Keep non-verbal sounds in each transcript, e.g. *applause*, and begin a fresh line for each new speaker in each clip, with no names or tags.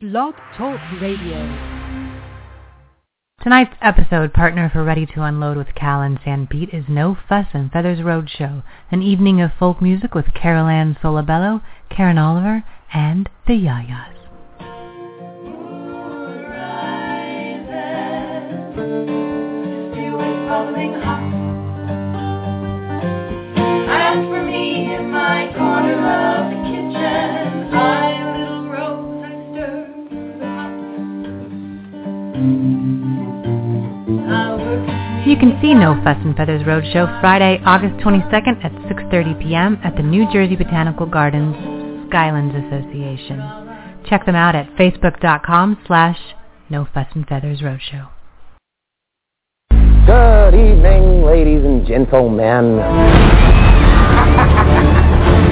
Blog Talk Radio.
Tonight's episode partner for Ready to Unload with Cal and San Pete is No Fuss and Feathers Roadshow, an evening of folk music with Carol Ann Solabello, Karen Oliver, and the Yayas.
As for me in my corner of the kitchen, I little rose, I stir the pot. I work
You can see No Fuss and Feathers Roadshow Friday, August 22nd at 6.30 p.m. at the New Jersey Botanical Gardens Skylands Association. Check them out at facebook.com slash No Fuss and Feathers Roadshow.
Good evening, ladies and gentlemen. *laughs*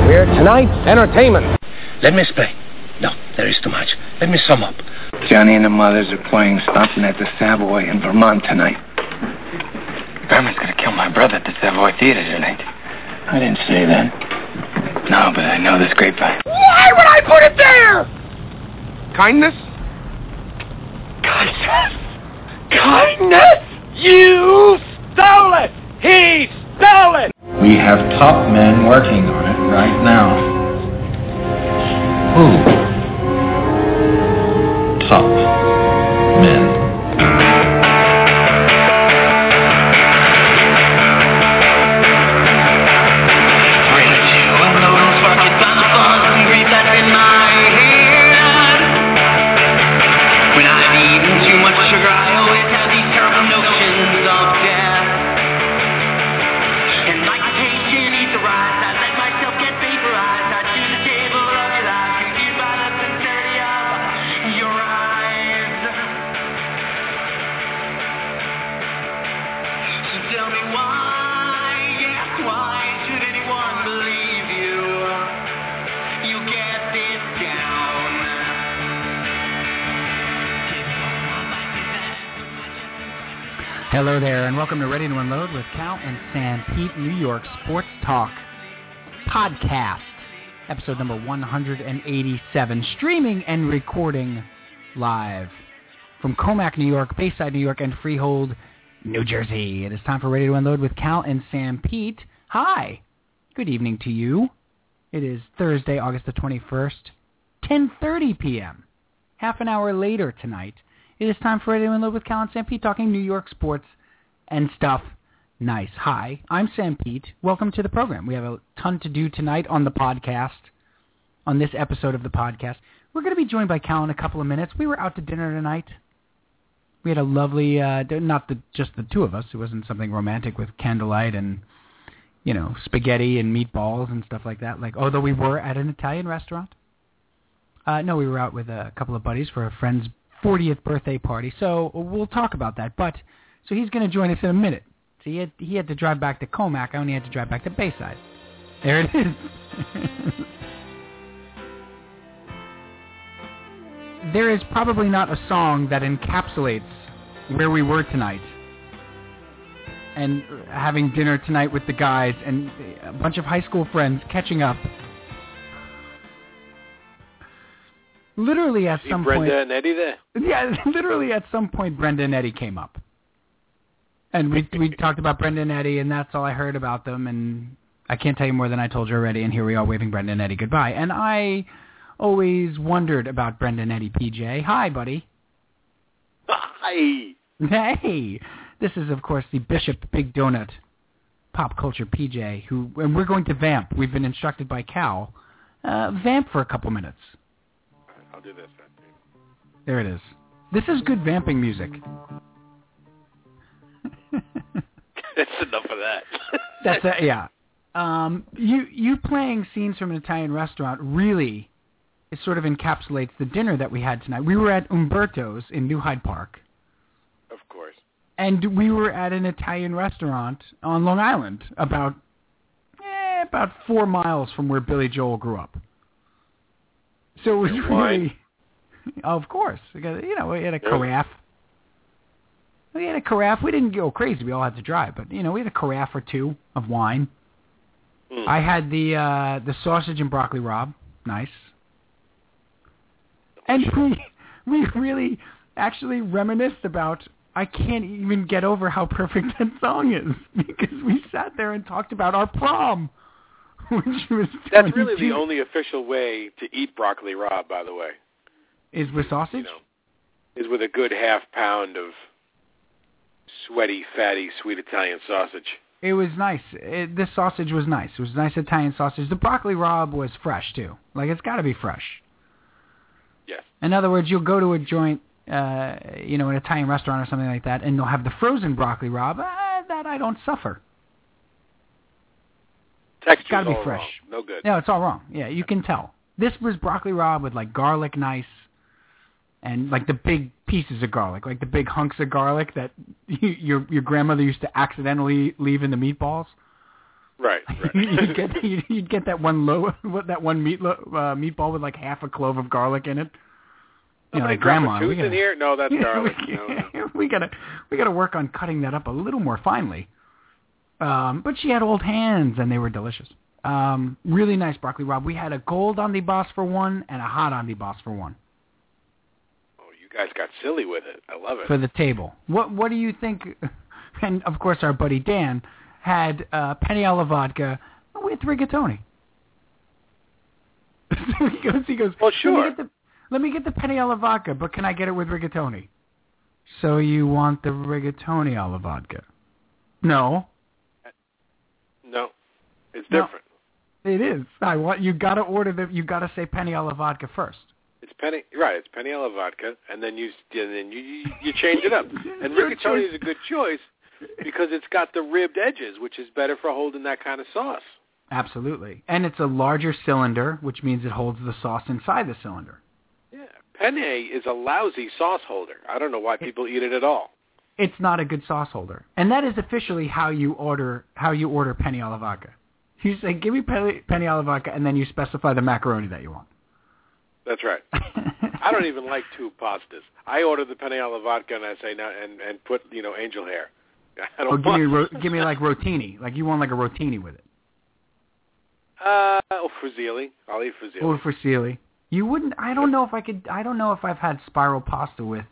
We're tonight's entertainment.
Let me explain. No, there is too much. Let me sum up.
Johnny and the mothers are playing something at the Savoy in Vermont tonight. Berman's gonna kill my brother at the Savoy Theater tonight. I didn't say that. No, but I know this grapevine.
Why would I put it there? Kindness? Kindness? Kindness? You stole it! He stole it!
We have top men working on it right now. Who? Top men.
uh, Tell me why, yes, why should anyone believe you? You get this down.
Hello there, and welcome to Ready to Unload with Cal and San Pete, New York Sports Talk Podcast, episode number 187, streaming and recording live from Comac, New York, Bayside, New York, and Freehold, New Jersey. It is time for Ready to Unload with Cal and San Pete. Hi, good evening to you. It is Thursday, August the 21st, 10.30 p.m. Half an hour later tonight, it is time for Ready to Unload with Cal and San Pete talking New York sports and stuff. Nice. Hi, I'm Sam Pete. Welcome to the program. We have a ton to do tonight on the podcast, on this episode of the podcast. We're going to be joined by Cal in a couple of minutes. We were out to dinner tonight. We had a lovely, uh, di- not the, just the two of us. It wasn't something romantic with candlelight and, you know, spaghetti and meatballs and stuff like that. Like, although we were at an Italian restaurant. Uh, no, we were out with a couple of buddies for a friend's 40th birthday party. So we'll talk about that. But so he's going to join us in a minute. So he had, he had to drive back to Comac. I only had to drive back to Bayside. There it is. *laughs* there is probably not a song that encapsulates where we were tonight and having dinner tonight with the guys and a bunch of high school friends catching up. Literally at some point.
Brenda and Eddie there.
Yeah, *laughs* literally at some point, Brenda and Eddie came up, and we we talked about Brenda and Eddie, and that's all I heard about them. And I can't tell you more than I told you already. And here we are waving Brenda and Eddie goodbye. And I always wondered about Brenda and Eddie. PJ, hi, buddy.
Hi.
Hey, this is of course the Bishop Big Donut pop culture PJ, who and we're going to vamp. We've been instructed by Cal, uh, vamp for a couple minutes.
I'll do this.
There it is. This is good vamping music.
*laughs* That's enough of that.
That's a, yeah. Um, you you playing scenes from an Italian restaurant really, it sort of encapsulates the dinner that we had tonight. We were at Umberto's in New Hyde Park,
*laughs* of course.
and we were at an Italian restaurant on Long Island, about eh, about four miles from where Billy Joel grew up. So it was
Good wine.
really, of course, because, you know, we had a
Yeah.
carafe. We had a carafe. We didn't go crazy. We all had to drive, but you know, we had a carafe or two of wine.
Mm.
I had the uh, the sausage and broccoli rob. Nice. And we we really actually reminisced about. I can't even get over how perfect that song is *laughs* because we sat there and talked about our prom, *laughs* which was
That's really
22
the only official way to eat broccoli raw, by the way.
is with sausage.
You know, is with a good half pound of sweaty, fatty, sweet Italian sausage.
It was nice. It, this sausage was nice. It was nice Italian sausage. The broccoli rob was fresh too. Like it's got to be fresh.
Yes.
In other words, you'll go to a joint, uh, you know, an Italian restaurant or something like that, and they'll have the frozen broccoli rob. Uh, that I don't suffer.
Texture's
gotta be
all
fresh.
wrong. No good.
No, it's all wrong. Yeah, you can tell. This was broccoli rob with like garlic nice, and like the big pieces of garlic, like the big hunks of garlic that *laughs* you, your your grandmother used to accidentally leave in the meatballs. *laughs*
Right. Right.
you'd
*laughs*
get you'd, you'd get that one low *laughs* what that one meat lo, uh, meatball with like half a clove of garlic in it. You know,
Somebody
like
drop
grandma.
a
we
tooth
gotta,
in here? No, Oh, that's
Yeah,
garlic.
*laughs* we,
No, no.
we gotta we gotta work on cutting that up a little more finely. Um, but she had old hands and they were delicious. Um, really nice broccoli rob. We had a gold on the boss for one and a hot on the boss for one
Oh, you guys got silly with it. I love it.
for the table. What what do you think? *laughs* And of course, our buddy Dan had uh, penny alla vodka with rigatoni. *laughs* so he goes, he goes.
Well,
Let
sure.
me, get the, let me get the penny alla vodka, but can I get it with rigatoni? So you want the rigatoni alla vodka? No,
no, it's
No.
different.
it is. I want you. Got to order the. You got to say penny alla vodka first.
It's penny, right? It's penny alla vodka, and then you and then you you, you change it
*laughs*
up. And
Your
rigatoni
choice.
is a good choice because it's got the ribbed edges, which is better for holding that kind of sauce.
Absolutely, and it's a larger cylinder, which means it holds the sauce inside the cylinder.
Yeah, penne is a lousy sauce holder. I don't know why people eat it at all.
it's not a good sauce holder. And that is officially how you order how you order penny alla vodka. You say, "Give me penny, penny alla vodka," and then you specify the macaroni that you want. *laughs*
That's right. I don't even like two pastas. I order the penne alla vodka, and I say now and and put you know angel hair. *laughs* I don't
Oh, give me
want.
ro- give me like rotini. Like you want like a rotini with it.
*laughs* Uh, oh, fusilli. I'll eat fusilli.
Or fusilli. You wouldn't. I don't know if I could. I don't know if I've had spiral pasta with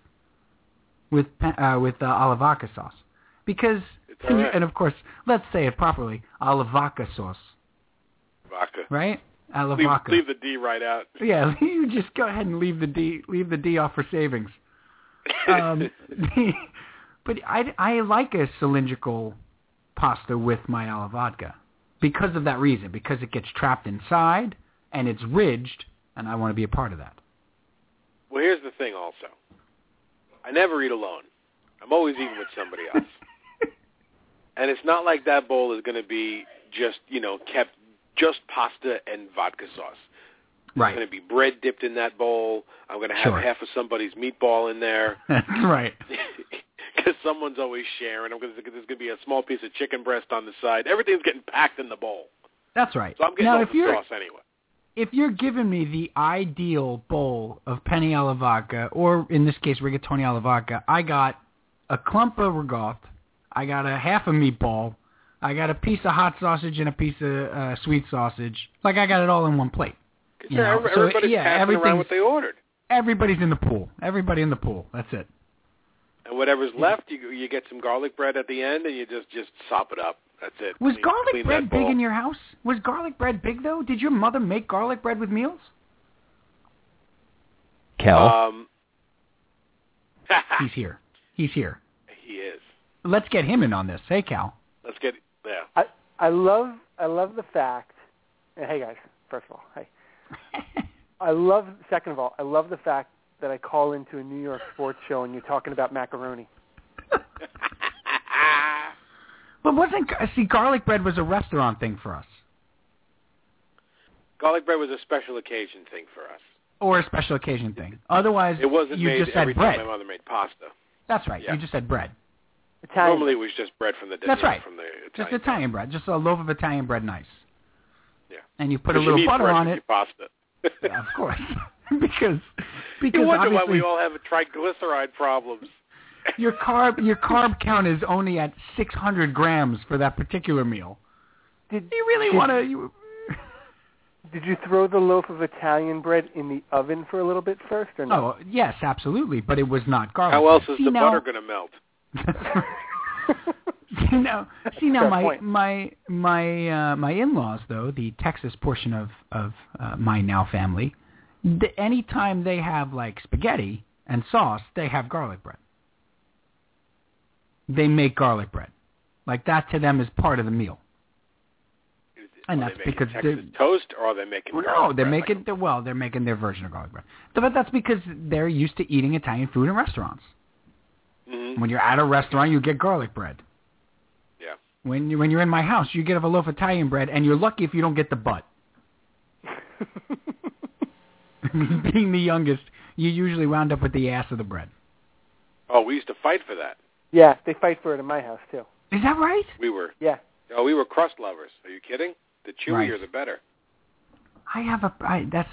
with pe- uh, with uh, alla vodka sauce because
It's all right.
and of course let's say it properly alla vodka sauce
vodka.
right alla
Leave,
vodka
leave the D right out.
yeah *laughs* you just go ahead and leave the d leave the d off for savings
*laughs*
um, *laughs* but I, I like a cylindrical pasta with my alla vodka because of that reason, because it gets trapped inside and it's ridged, and I want to be a part of that. *laughs*
Well, here's the thing also. I never eat alone. I'm always eating with somebody
*laughs*
else. and it's not like that bowl is going to be just, you know, kept just pasta and vodka sauce. There's going to be bread dipped in that bowl. I'm going to have
Sure.
half of somebody's meatball in there *laughs*
right.
because someone's always sharing. I'm going to, there's going to be a small piece of chicken breast on the side. Everything's getting packed in the bowl.
That's right.
So I'm getting
now,
all
if
the
you're
sauce anyway.
if you're giving me the ideal bowl of penne alla vodka, or in this case rigatoni alla vodka, I got a clump of regoth, I got a half a meatball, I got a piece of hot sausage and a piece of uh, sweet sausage. Like I got it all in one plate. You
Sure,
know,
every-
so,
everybody's
yeah,
passing around
everything's-
what they ordered.
Everybody's in the pool. Everybody in the pool. That's it.
And whatever's left, you you get some garlic bread at the end, and you just just sop it up. That's it.
Was
Clean-
garlic
clean
bread
that
big
bowl.
in your house? Was garlic bread big though? Did your mother make garlic bread with meals?
Kel.
Um,
He's here. He's here.
*laughs* he is.
Let's get him in on this.
*laughs*
Hey Cal.
Let's get yeah.
I love I love the fact. and Hey guys, first of all, hey. I love. Second of all, I love the fact that I call into a New York sports show and you're talking about macaroni.
But wasn't see garlic bread was a restaurant thing for us.
Garlic bread was a special occasion thing for us.
or a special occasion thing. Otherwise,
It wasn't
you
made
just
every
had bread.
time my mother made pasta.
That's right.
Yeah.
You just had bread.
Italian.
Normally, it was just bread from the
That's
you know,
right.
From the
Just
Italian.
Italian bread. Just a loaf of Italian bread, nice.
Yeah.
And you put
But
a
you
little
need
butter
bread
on
with
it.
your Pasta.
Yeah,
*laughs*
of course, *laughs* because because
you wonder why
obviously
we all have triglyceride problems. *laughs*
*laughs* your carb your carb count is only at 600 grams for that particular meal.
Did
You really
did-
want to? You,
did you throw the loaf of Italian bread in the oven for a little bit first, or no?
*laughs* Oh *laughs* yes, absolutely, but it was not garlic.
How else is
See,
the
now-
butter going to melt?
*laughs* See now, see
Fair
now, my
point.
my my uh, my in-laws though, the Texas portion of of uh, my now family, th- anytime they have like spaghetti and sauce, they have garlic bread. They make garlic bread, like that to them is part of the meal.
Is it-
And
are
that's
they making
because
Texas
they're-
toast, or are they making?
No,
garlic
they're
bread like
making they're- well, they're making their version of garlic bread. So, But that's because they're used to eating Italian food in restaurants.
a- Mhm.
When you're at a restaurant, you get garlic bread.
Yeah.
When you when you're in my house, you get a loaf of Italian bread, and you're lucky if you don't get the butt. *laughs* Being the youngest, you usually wound up with the ass of the bread.
Oh, we used to fight for that.
*laughs* yeah, they fight for it in my house too.
Is that right?
We were.
Yeah.
Oh, we were crust lovers. Are you kidding? The chewier,
Right.
the better.
I have a I, that's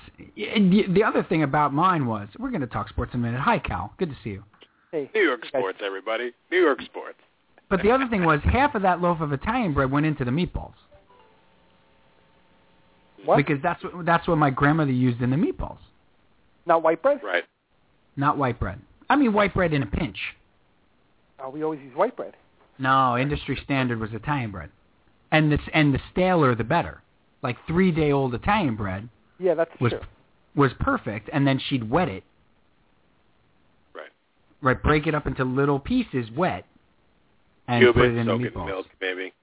and the- the other thing about mine was we're going to talk sports in a minute. Hi, Cal. Good to see you.
Hey,
New York
Yes.
sports, everybody. New York sports.
But the other thing was half of that loaf of Italian bread went into the meatballs.
What?
Because that's what that's what my grandmother used in the meatballs,
not white bread.
Right.
not white bread. I mean white bread in a pinch.
Oh, we always use white bread.
No, industry standard was Italian bread, and this and the staler the better. Like three day old Italian bread
Yeah, that's
was
true.
was perfect, and then she'd wet it.
Right.
Right, break it up into little pieces, wet, and put it
Cuban
in the
soaking
meatballs.
milk, maybe.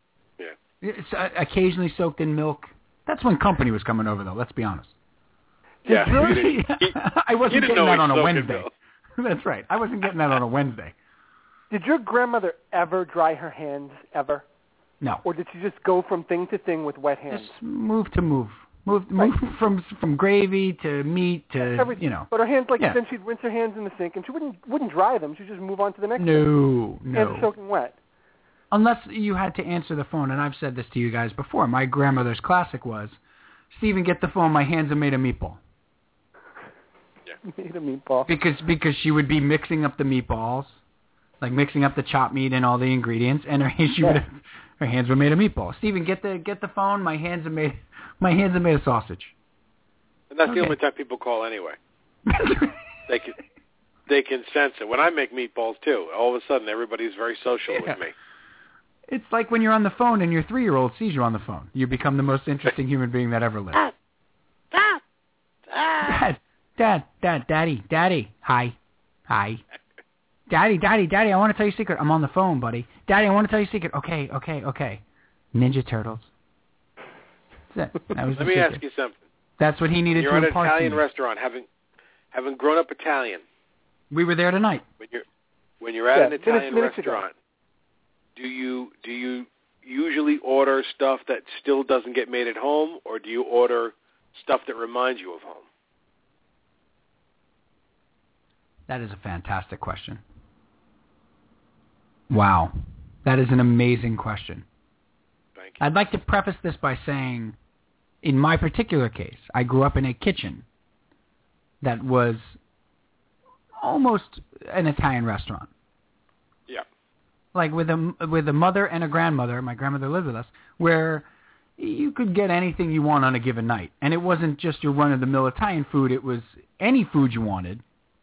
It's, uh, occasionally soaked in milk. That's when company was coming over, though. Let's be honest.
Yeah. You
Really? *laughs*
didn't, you-
I
you
wasn't
didn't
getting
know
that
he
on a
soaked in
Wednesday.
milk.
*laughs* That's right. I wasn't getting that on
*laughs*
a Wednesday.
Did your grandmother ever dry her hands ever,
No.
or did she just go from thing to thing with wet hands?
Just move to move, move, move from from gravy to meat to
Everything.
you know.
But her hands, like
Yeah.
then she'd rinse her hands in the sink, and she wouldn't wouldn't dry them. She'd just move on to the next. thing.
No,
Hands are
no.
soaking wet. *laughs*
Unless you had to answer the phone, and I've said this to you guys before. My grandmother's classic was, "Steven, get the phone. My hands are made of meatball."
Made a meatball.
because because she would be mixing up the meatballs, like mixing up the chopped meat and all the ingredients, and her *laughs* she would her hands were made of meatballs. Steven, get the get the phone. My hands are made my hands are made of sausage. *laughs*
And that's
Okay.
the only time people call anyway. They can they can sense it. When I make meatballs too, all of a sudden everybody's very social
Yeah.
with me.
it's like when you're on the phone and your three year old sees you on the phone. You become the most interesting human being that ever lived. Dad, dad, dad, daddy, daddy, hi, hi. Daddy, daddy, daddy, I want to tell you a secret. I'm on the phone, buddy. Daddy, I want to tell you a secret. Okay, okay, okay. Ninja Turtles. That's it. That was
Let
the
me
secret.
ask you something.
That's what he needed
You're
to
at an
impart to
Italian
me.
restaurant, having having grown up Italian.
We were there tonight.
When you're when you're at
Yeah,
an
minutes-
Italian
minutes ago.
restaurant, do you do you usually order stuff that still doesn't get made at home, or do you order stuff that reminds you of home?
That is a fantastic question. Wow. That is an amazing question.
Thank you.
I'd like to preface this by saying, in my particular case, I grew up in a kitchen that was almost an Italian restaurant.
Yeah.
Like with a with a mother and a grandmother. My grandmother lived with us, where you could get anything you want on a given night, and it wasn't just your run of the mill Italian food. It was any food you wanted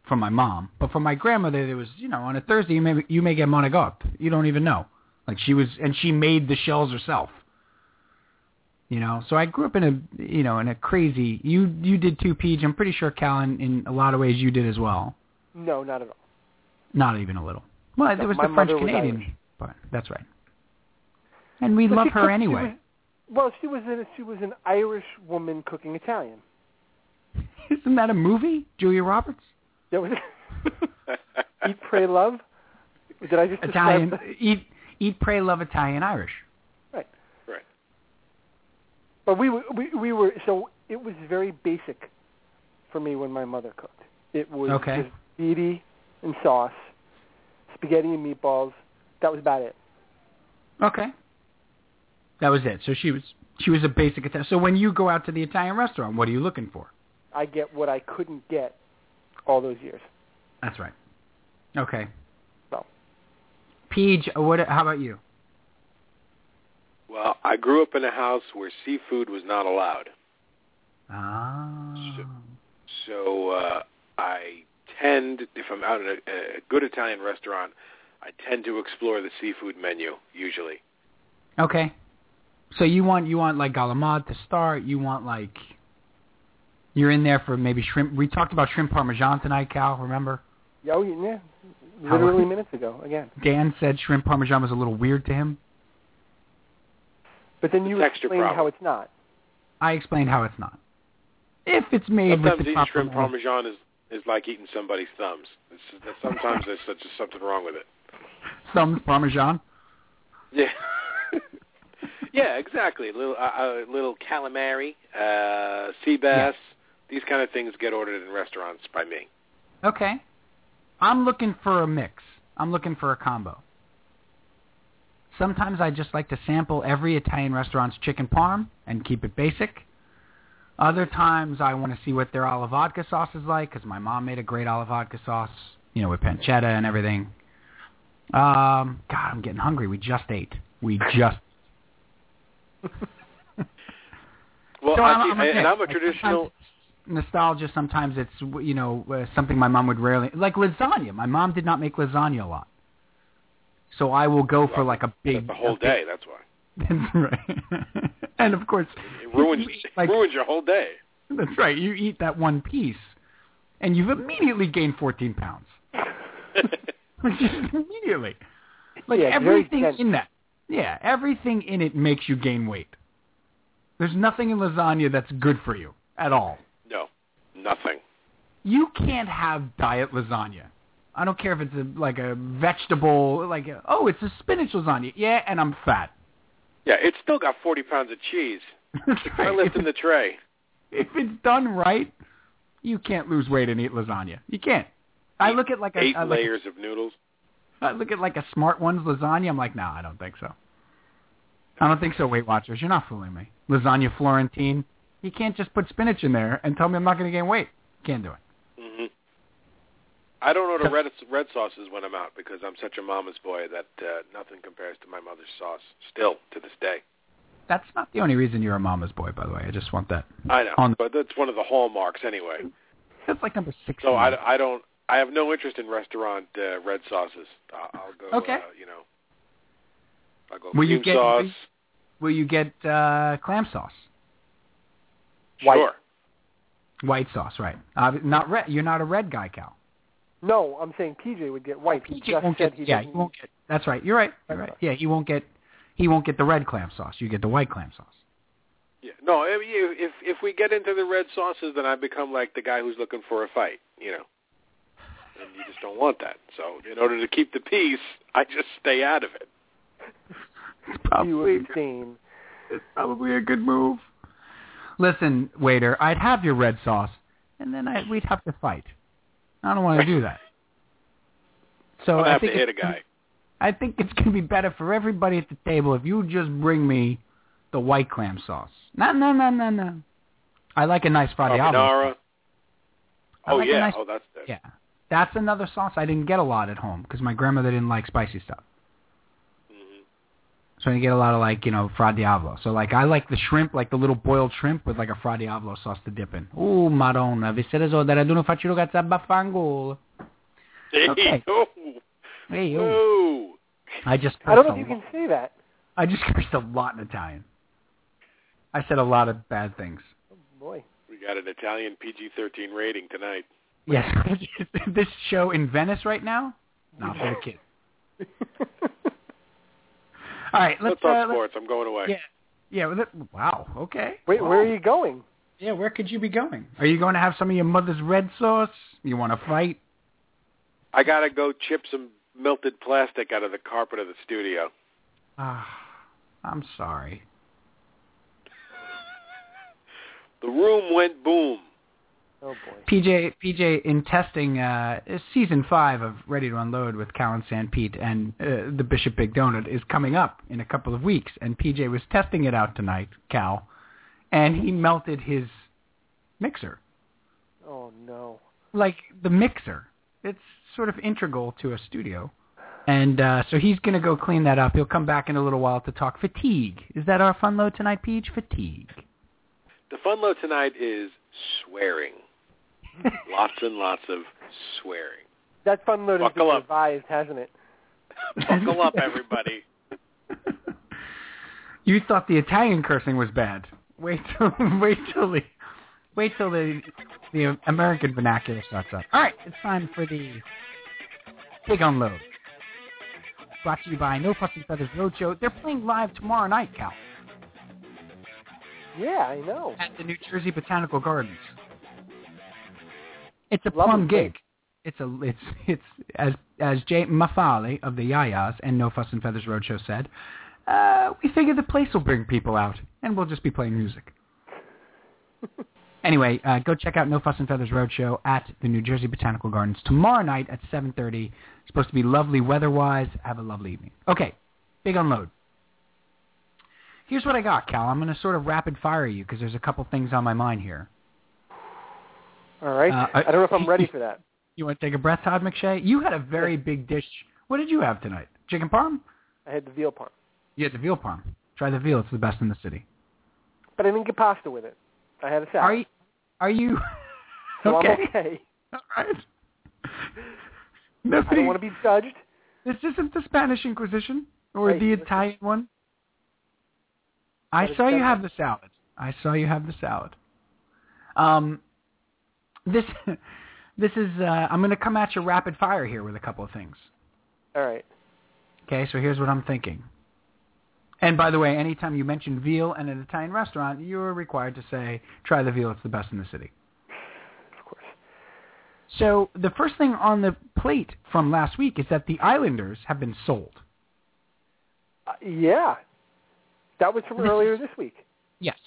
from my mom, but from my grandmother, there was you know on a Thursday you may you may get monogope. You don't even know. Like she was, and she made the shells herself. You know, so I grew up in a you know in a crazy. You you did two peach. I'm pretty sure Cal, in, in a lot of ways, you did as well.
No, not at all.
Not even a little. Well, there was
my
the French
mother was Irish.
Canadian, but that's right. And we
But
love
she
her
cooked- she
anyway. *laughs*
was- well, she was in, she was an Irish woman cooking Italian.
Isn't that a movie, Julia Roberts?
That was *laughs*
*laughs*
eat, pray, love. Did I just describe
Italian,
the-
eat, eat, pray, love Italian, Irish.
But we were, we we were so it was very basic for me when my mother cooked. It was
Okay.
just meaty and sauce, spaghetti and meatballs. That was about it.
Okay. That was it. So she was she was a basic Italian. So when you go out to the Italian restaurant, what are you looking for?
I get what I couldn't get all those years.
That's right. Okay.
So.
Peach, what? How about you?
Well, I grew up in a house where seafood was not allowed.
Ah.
So uh, I tend, if I'm out at a, a good Italian restaurant, I tend to explore the seafood menu usually.
Okay. So you want you want like galamad to start. You want like you're in there for maybe shrimp. We talked about shrimp parmesan tonight, Cal. Remember?
Yo, yeah, literally minutes ago again.
Dan said shrimp parmesan was a little weird to him.
But then you
Texture
explained
problem.
how it's not.
I explained how it's not. If it's made
Sometimes
with the
eating
proper
shrimp
oil-
parmesan is is like eating somebody's thumbs. It's, it's- sometimes there's such just something wrong with it.
some parmesan.
Yeah. *laughs* yeah, exactly. Little uh, uh, little calamari, uh, sea bass. These kind of things get ordered in restaurants by me.
Okay. I'm looking for a mix. I'm looking for a combo. Sometimes I just like to sample every Italian restaurant's chicken parm and keep it basic. Other times I want to see what their alla vodka sauce is like because my mom made a great alla vodka sauce, you know, with pancetta and everything. Um, God, I'm getting hungry. We just ate. We just.
Well,
So
I
I'm-
see-
I'm a
I- and
mix.
I'm a
Like, *laughs*
traditional.
sometimes it's nostalgia. Sometimes it's you know uh, something my mom would rarely like lasagna. My mom did not make lasagna a lot, so I will go for
Well,
like a big
The whole
a
day. That's why
big- *laughs* That's right. *laughs* and of course,
it ruins
*laughs* you eat,
it
like
ruins your whole
*laughs*
day. *laughs*
that's right. You eat that one piece, and you've immediately gained fourteen pounds. *laughs* Just immediately, like
Yeah, it's very
everything
dense.
in that. Yeah, everything in it makes you gain weight. There's nothing in lasagna that's good for you at all.
no, nothing.
you can't have diet lasagna. I don't care if it's a, like a vegetable, like a, oh, it's a spinach lasagna. Yeah, and I'm
*laughs*
fat.
Yeah, it's still got 40 pounds of cheese.
That's
I
right.
lift in the tray.
if it's done right, you can't lose weight and eat lasagna. You can't. I
Eight-
look at like a,
Eight
I look,
layers of noodles.
I look at like a smart ones lasagna. I'm like, nah, I don't think so. I don't think so, Weight Watchers. You're not fooling me. Lasagna Florentine. You can't just put spinach in there and tell me I'm not going to gain weight. Can't do it.
hmm I don't order red red sauces when I'm out because I'm such a mama's boy that uh, nothing compares to my mother's sauce. Still to this day,
That's not the only reason you're a mama's boy, by the way. I just want that.
I know,
On-
but that's one of the hallmarks anyway.
That's like number six.
So I, I don't. I have no interest in restaurant uh, red sauces. I- I'll go.
Okay.
Uh, you know. I'll go
Will you
cream
get-
sauce.
Will you get uh, clam sauce?
White.
Sure.
White sauce, right? Uh, not red. You're not a red guy, Cal.
No, I'm saying PJ would get white. he just
won't
said
get.
he
yeah,
didn't.
you won't get. That's right. You're right. You're right. Yeah, he won't get. He won't get the red clam sauce. You get the white clam sauce.
Yeah. No. I mean, you- If if we get into the red sauces, then I become like the guy who's looking for a fight. You know. And you just don't want that. So in order to keep the peace, I just stay out of it.
you abstain.
it's probably a good move. Listen, waiter, I'd have your red sauce, and then I, we'd have to fight. I don't want to do that.
I'm
So
gonna
I
have to
think
hit a
it's gonna
guy.
I think it's going to be better for everybody at the table if you just bring me the white clam sauce. No, no, no, no, no. I like a nice Friday
Carbonara.
I
Oh
like a
yeah.
nice-
oh that's that's
Yeah. That's another sauce I didn't get a lot at home because my grandmother didn't like spicy stuff.
mhm.
So I get a lot of like, you know, fra diavolo. So like I like the shrimp, like the little boiled shrimp with like a fra diavolo sauce to dip in. Ooh, madonna, vi siete so that I don't faccio ragazza baffangulo.
*laughs*
Okay.
Oh,
Hey, yo.
oh.
I just
I don't know
cursed
if
a
you
lot.
can say that.
I just *laughs* cursed a lot in Italian. I said a lot of bad things.
Oh, boy.
We got an Italian PG-13 rating tonight.
Yes. *laughs* this show in Venice right now? Not for the kids. All right,
Let's
let's,
talk
uh, let's
sports. I'm going away.
yeah, yeah. well, that- Wow. Okay.
Wait,
Wow.
where are you going?
Yeah, where could you be going? Are you going to have some of your mother's red sauce? You want to fight?
I gotta go chip some melted plastic out of the carpet of the *laughs* studio.
Ah, I'm sorry.
The room went boom.
Oh boy.
PJ, PJ, in testing uh, season five of Ready to Unload with Cal and San Pete and uh, the Bishop Big Donut is coming up in a couple of weeks, and PJ was testing it out tonight, Cal, and he melted his mixer,
Oh no.
like the mixer. It's sort of integral to a studio, and uh, so he's going to go clean that up. He'll come back in a little while to talk fatigue. Is that our fun load tonight, Peach? Fatigue.
The fun load tonight is
*laughs*
swearing. lots and lots of swearing.
That fun load has been
Buckle up.
revised, hasn't it?
Buckle up, everybody.
*laughs* You thought the Italian cursing was bad. Wait till *laughs* wait till the wait till the the American vernacular starts up. All right, it's time for the big unload. Brought to you by No Fuss and Feathers Roadshow. They're playing live tomorrow night, Cal,
Yeah, I know.
at the New Jersey Botanical Gardens. It's a
Lovely
plum
place.
gig. It's a it's *laughs* it's as as Jay Mafali of the Yayas and No Fuss and Feathers Roadshow said. Uh, we figure the place will bring people out, and we'll just be playing music. *laughs* anyway, uh, go check out No Fuss and Feathers Roadshow at the New Jersey Botanical Gardens tomorrow night at 7.30. It's supposed to be lovely weather-wise. Have a lovely evening. Okay, big unload. Here's what I got, Cal. I'm going to sort of rapid fire you because there's a couple things on my mind here.
All right.
Uh, I-
I, don't know if I'm ready for that.
You want to take a breath, Todd McShay? You had a very big dish. What did you have tonight? Chicken parm?
I had the veal part,
You had the veal parm. Try the veal. It's the best in the city.
but I didn't get pasta with it. I had a salad,
Are you? Are
*laughs*
you?
so
okay.
I'm okay.
*laughs* All right.
I
Nobody,
don't want to be judged.
This isn't the Spanish Inquisition or
Hey,
the
listen.
Italian one. I
But it's
saw you
better.
have the salad. I saw you have the salad. Um, this, *laughs* this is. Uh, I'm going to come at you rapid fire here with a couple of things.
All right.
Okay, so here's what I'm thinking. And by the way, anytime you mention veal and an Italian restaurant, you're required to say, "Try the veal; it's the best in the city."
Of course.
So the first thing on the plate from last week is that the Islanders have been sold.
Uh, yeah. That was from earlier this week.
Yes.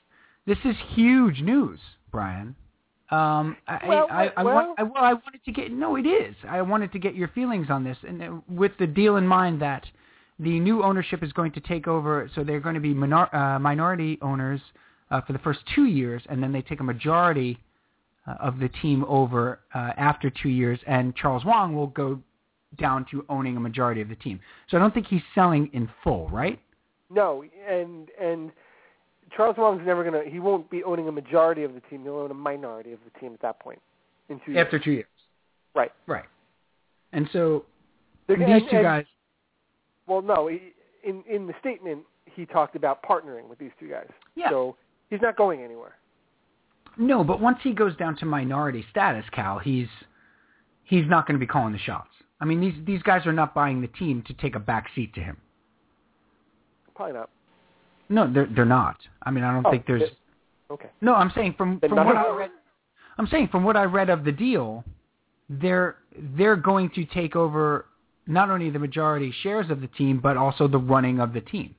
This is huge news, Brian. Um, I,
Well,
I, I, I,
well-
want, I, well, I wanted to get no, it is. I wanted to get your feelings on this, and uh, with the deal in mind that the new ownership is going to take over, so they're going to be minor, uh, minority owners uh, for the first two years, and then they take a majority uh, of the team over uh, after two years, and Charles Wong will go down to owning a majority of the team. So I don't think he's selling in full, right?
No, and and Charles Wong's never gonna. He won't be owning a majority of the team. He'll own a minority of the team at that point. In two years.
After two years.
Right.
Right. And so
They're
these
gonna- and-
two
and-
guys,
Well, no. He, in in the statement, he talked about partnering with these two guys.
Yeah.
So he's not going anywhere.
no, but once he goes down to minority status, Cal, he's he's not going to be calling the shots. I mean, these these guys are not buying the team to take a back seat to him.
Probably not.
No, they're they're not. I mean, I don't
Oh,
think there's.
Okay.
No, I'm saying from
Then
from
none
what
of
I
them-
read, I'm saying from what I read of the deal, they're they're going to take over not only the majority shares of the team but also the running of the team.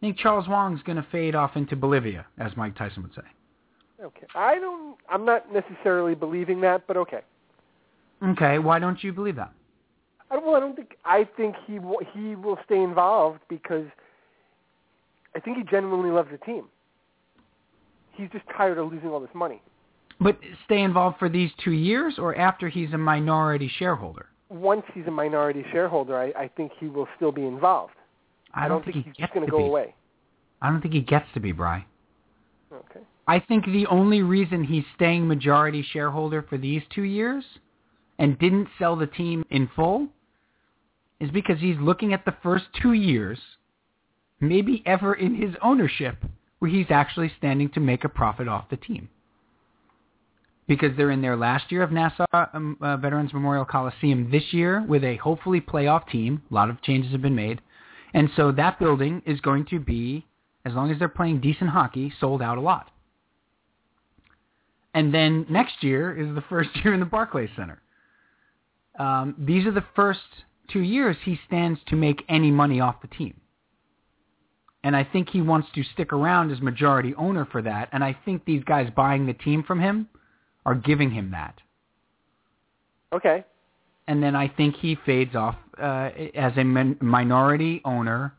I think Charles Wong's going to fade off into Bolivia, as Mike Tyson would say.
Okay. I don't. I'm not necessarily believing that, but okay.
Okay, why don't you believe that?
I don't, well, I don't think. I think he wa- he will stay involved because I think he genuinely loves the team. He's just tired of losing all this money.
But stay involved for these two years or after he's a minority shareholder?
Once he's a minority shareholder, I, I think he will still be involved.
I,
don't,
think,
think,
he
he's just
gets
going
to
to go
be.
away.
I don't think he gets to be, Bry.
Okay.
I think the only reason he's staying majority shareholder for these two years and didn't sell the team in full is because he's looking at the first two years, maybe ever in his ownership, where he's actually standing to make a profit off the team. Because they're in their last year of Nassau um, uh, Veterans Memorial Coliseum this year with a hopefully playoff team. A lot of changes have been made. And so that building is going to be, as long as they're playing decent hockey, sold out a lot. And then next year is the first *laughs* year in the Barclays Center. Um, these are the first two years he stands to make any money off the team. And I think he wants to stick around as majority owner for that. And I think these guys buying the team from him are giving him that.
Okay.
And then I think he fades off uh, as a min- minority owner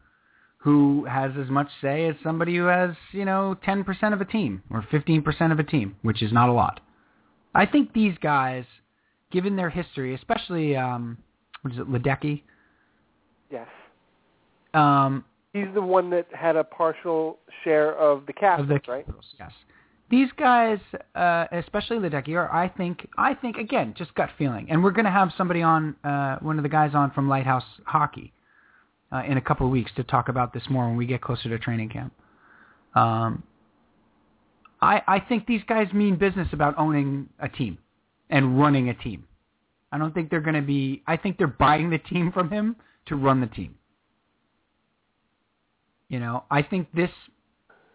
who has as much say as somebody who has, you know, 10% of a team or 15% of a team, which is not a lot. I think these guys, given their history, especially, um, what is it, Ledecky,
Yes.
um,
He's the one that had a partial share of the Capitals,
of the
right?
Capitals, yes. these guys, uh, especially Ledecky, I think I think again just gut feeling, and we're going to have somebody on uh, one of the guys on from Lighthouse Hockey uh, in a couple of weeks to talk about this more when we get closer to training camp. Um, I I think these guys mean business about owning a team and running a team. I don't think they're going to be. I think they're buying the team from him to run the team. You know, I think this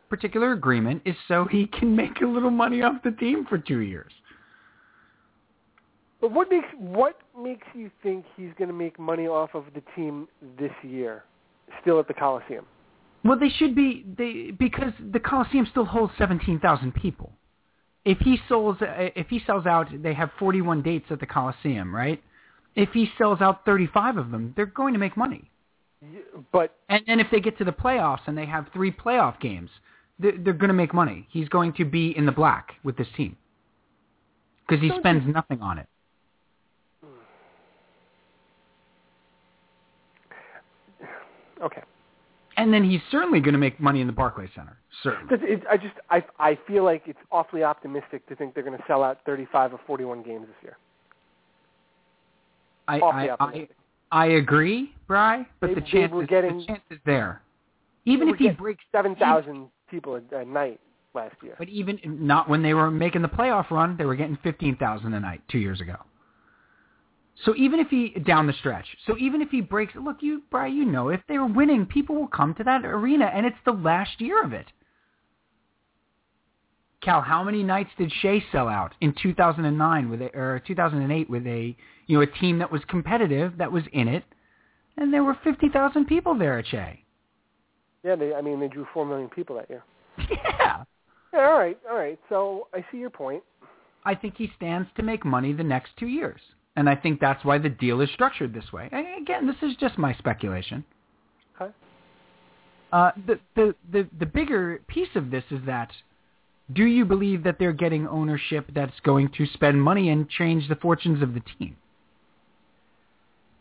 particular agreement is so he can make a little money off the team for two years.
But what makes what makes you think he's going to make money off of the team this year, still at the Coliseum?
Well, they should be they because the Coliseum still holds seventeen thousand people. If he sells uh, if he sells out, they have forty one dates at the Coliseum, right? If he sells out thirty five of them, they're going to make money.
But
and then if they get to the playoffs and they have three playoff games, they're, they're going to make money. He's going to be in the black with this team because he
Don't
spends
you-
nothing on it.
okay,
And then he's certainly going to make money in the Barclays Center. Certainly.
But it, I just I I feel like it's awfully optimistic to think they're going to sell out 35 or 41 games this year.
I,
Awfully
I, I,
optimistic.
I agree, Bry, but
They-
the
they
chance
were
is
getting-
the chance is there. Even
They
if he
get
breaks
7,000 people a, a night last year.
But even not when they were making the playoff run, they were getting fifteen thousand a night two years ago. So even if he down the stretch, so even if he breaks, look, you Brian, you know, if they were winning, people will come to that arena, and it's the last year of it. Cal, how many nights did Shea sell out in 2009 with a, or 2008 with a you know a team that was competitive that was in it, and there were 50,000 people there at Shea. *laughs*
Yeah, they, I mean they drew 4 million people that year.
Yeah.
Yeah, all right, all right. So I see your point.
I think he stands to make money the next two years. And I think that's why the deal is structured this way. And again, this is just my speculation.
Okay.
Uh, the, the, the, the bigger piece of this is that do you believe that they're getting ownership that's going to spend money and change the fortunes of the team?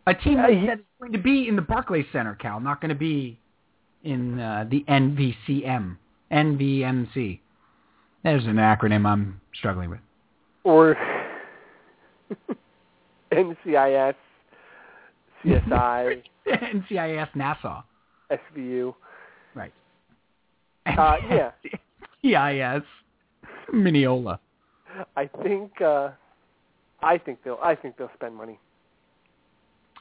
A team
Uh, yeah.
that's going to be in the Barclays Center, Cal, not going to be in uh, the NVCM, NVMC. There's an acronym I'm struggling with.
*laughs* Or NCIS, CSI,
*laughs* NCIS Nassau.
SVU.
Right.
Uh,
*laughs*
yeah.
CIS Mineola.
I think uh, I think they'll I think they'll spend money.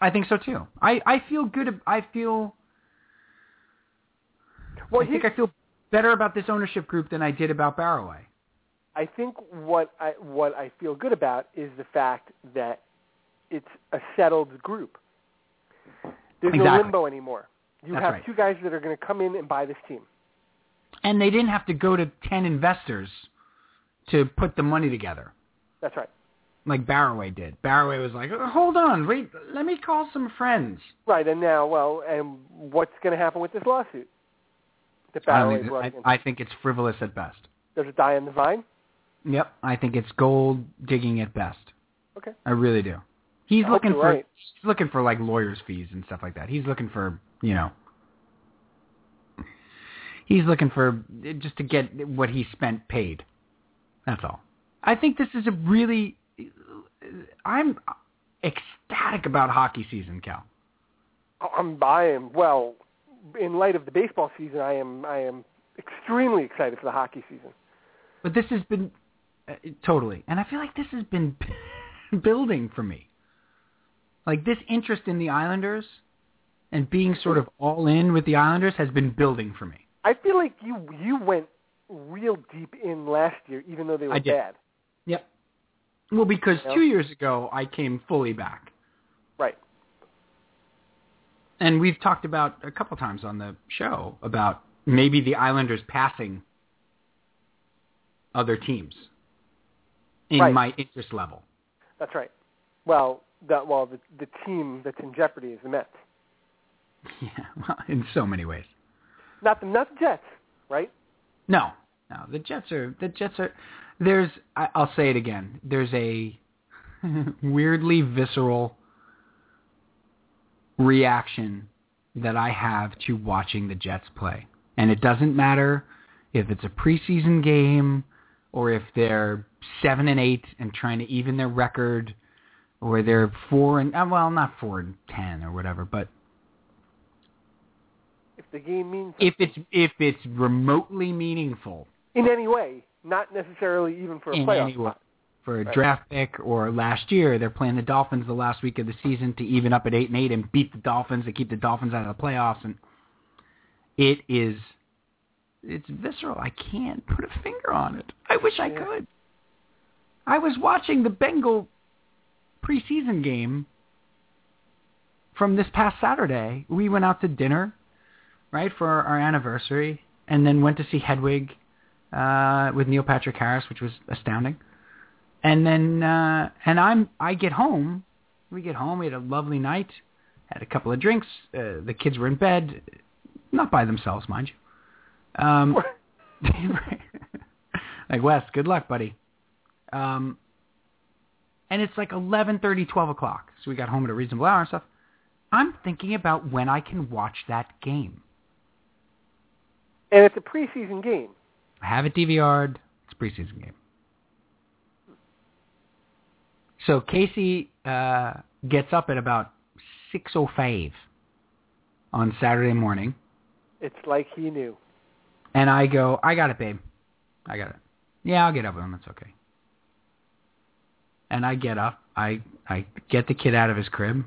I think so too. I, I feel good. ab- I feel.
Well,
I think
he-
I feel better about this ownership group than I did about Barroway.
I think what I what I feel good about is the fact that it's a settled group. There's no
Exactly.
limbo anymore. You
That's
have
right.
two guys that are going to come in and buy this team.
And they didn't have to go to ten investors to put the money together
That's right.
like Barroway did. Barroway was like, "Uh, hold on, wait, let me call some friends.
Right, and now, well, and what's going to happen with this lawsuit? The
I, don't
Barroway
think-
brought in.
I, I think it's frivolous at best.
There's a die on the vine.
Yep, I think it's gold digging at best.
Okay.
I really do. He's
I hope
looking
you're
for
right.
he's looking for like lawyers fees and stuff like that. He's looking for, you know, he's looking for just to get what he spent paid. That's all. I think this is a really I'm ecstatic about hockey season, Cal.
Oh, I'm, I am well. In light of the baseball season, I am I am extremely excited for the hockey season.
But this has been uh, totally, and I feel like this has been *laughs* building for me. Like this interest in the Islanders and being sort of all in with the Islanders has been building for me.
I feel like you you went real deep in last year, even though they were
I did.
bad.
Yep. Well, because
Yep.
two years ago I came fully back,
Right.
and we've talked about a couple times on the show about maybe the Islanders passing other teams in
Right.
my interest level. *laughs*
That's right. Well, that well the the team that's in jeopardy is the Mets,
Yeah, well, in so many ways.
not the not the Jets, right?
No, no. The Jets are the Jets are. There's I, I'll say it again. There's a *laughs* weirdly visceral reaction that I have to watching the Jets play, and it doesn't matter if it's a preseason game or if they're seven and eight and trying to even their record, or they're four and uh, well, not four and ten or whatever, but
If the game means
if it's if it's remotely meaningful
in any way, not necessarily even for a
in
playoff
any way
spot.
for a
Right.
draft pick or last year they're playing the Dolphins the last week of the season to even up at eight and eight and beat the Dolphins to keep the Dolphins out of the playoffs and it is it's visceral. I can't put a finger on it. I wish I
Yeah.
could. I was watching the Bengal preseason game from this past Saturday. We went out to dinner, right, for our anniversary, and then went to see Hedwig uh, with Neil Patrick Harris, which was astounding. And then uh, and I'm I get home. We get home. We had a lovely night. Had a couple of drinks. Uh, the kids were in bed, not by themselves, mind you. Um, *laughs* like Wes, good luck, buddy. Um, and it's like eleven thirty, twelve o'clock. So we got home at a reasonable hour and stuff. I'm thinking about when I can watch that game.
*laughs* And it's a preseason game.
I have it DVR'd. It's a preseason game. So Casey uh, gets up at about 6.05 on Saturday morning,
It's like he knew.
and I go, I got it, babe. I got it. Yeah, I'll get up with him. It's okay. And I get up. I, I get the kid out of his crib,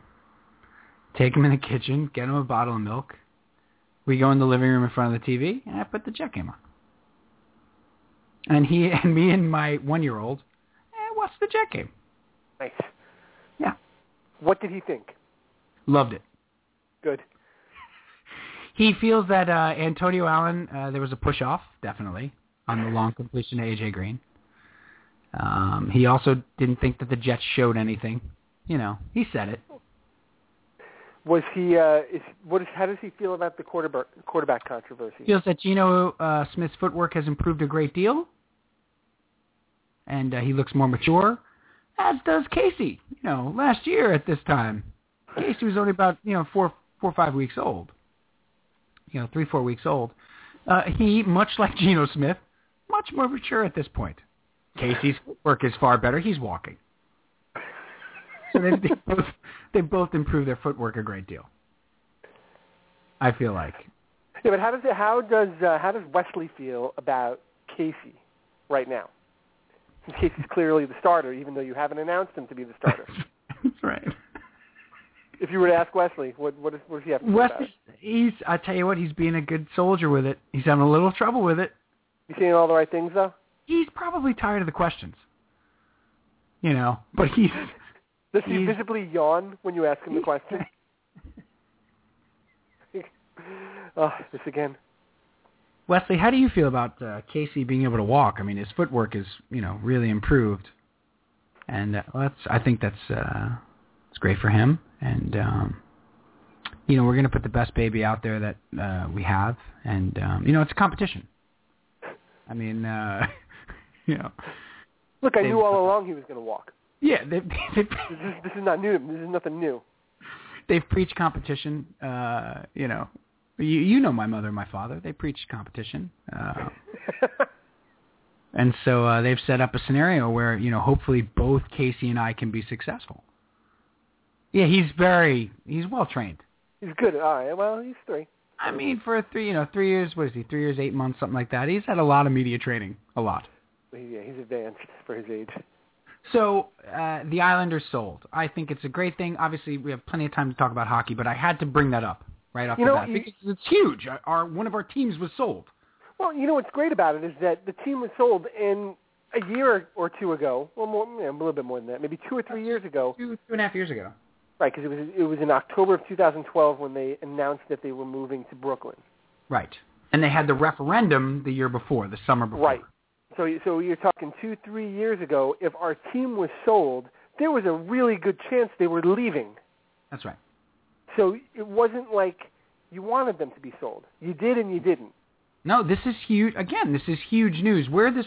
take him in the kitchen, get him a bottle of milk. We go in the living room in front of the TV, and I put the jet game on. And he *laughs* and me and my one-year-old eh, watched the jet game.
Nice.
Yeah.
What did he think?
Loved it.
Good.
*laughs* He feels that uh, Antonio Allen, uh, there was a push off, definitely, on the long completion to AJ Green. Um, he also didn't think that the Jets showed anything. You know, he said it.
Was he? Uh, is what is? How does he feel about the quarterback quarterback controversy? *laughs*
Feels that Geno uh, Smith's footwork has improved a great deal, and uh, he looks more mature, as does Casey. You know, last year at this time, Casey was only about you know four four or five weeks old. You know, three four weeks old. Uh, he, much like Geno Smith, much more mature at this point. Casey's footwork is far better. He's walking. So they, *laughs* they both they both improve their footwork a great deal. I feel like.
Yeah, but how does it, how does uh, how does Wesley feel about Casey right now? Since Casey's clearly the starter, even though you haven't announced him to be the
*laughs*
starter.
That's right.
if you were to ask Wesley, what what, is, what does he have to say about it?
Wesley, he's. I tell you what, he's being a good soldier with it. He's having a little trouble with it.
You saying all the right things though?
He's probably tired of the questions. You know, but he's.
Does he
He's-
visibly yawn when you ask him
*laughs*
the question? *laughs* oh, this again.
*laughs* Wesley, how do you feel about uh, Casey being able to walk? I mean, his footwork is, you know, really improved, and uh, well, that's. I think that's. Uh, it's great for him, and um, you know, we're going to put the best baby out there that uh, we have, and um, you know, it's a competition. I mean, uh, *laughs* you know.
Look, I
They-
knew all along he was going to walk.
Yeah, *laughs* they've they've,
This is, this is not new. to him. This is nothing new. *laughs*
they've preached competition. Uh, you know, you you know my mother and my father. They preached competition, uh, and so uh, they've set up a scenario where you know hopefully both Casey and I can be successful. Yeah, he's very he's well trained.
he's good. All right. Well, he's three.
I mean, for a three you know three years what is he three years eight months something like that. He's had a lot of media training, a lot.
But he- yeah, he's advanced for his age.
So uh, the Islanders sold. I think it's a great thing. Obviously, we have plenty of time to talk about hockey, but I had to bring that up right off
You
the
know,
bat
you-
because it's huge. Our- Our one of our teams was sold.
Well, you know what's great about it is that the team was sold in a year or two ago. Well, more, yeah, a little bit more than that, maybe two or three years ago.
two two and a half years ago.
Right, because it was it was in October of 2012 when they announced that they were moving to Brooklyn.
Right, and they had the referendum the year before, the summer before.
Right. So so you're talking two three years ago. If our team was sold, there was a really good chance they were leaving.
That's right.
So it wasn't like you wanted them to be sold. You did and you didn't.
No, this is huge. Again, this is huge news. Where this,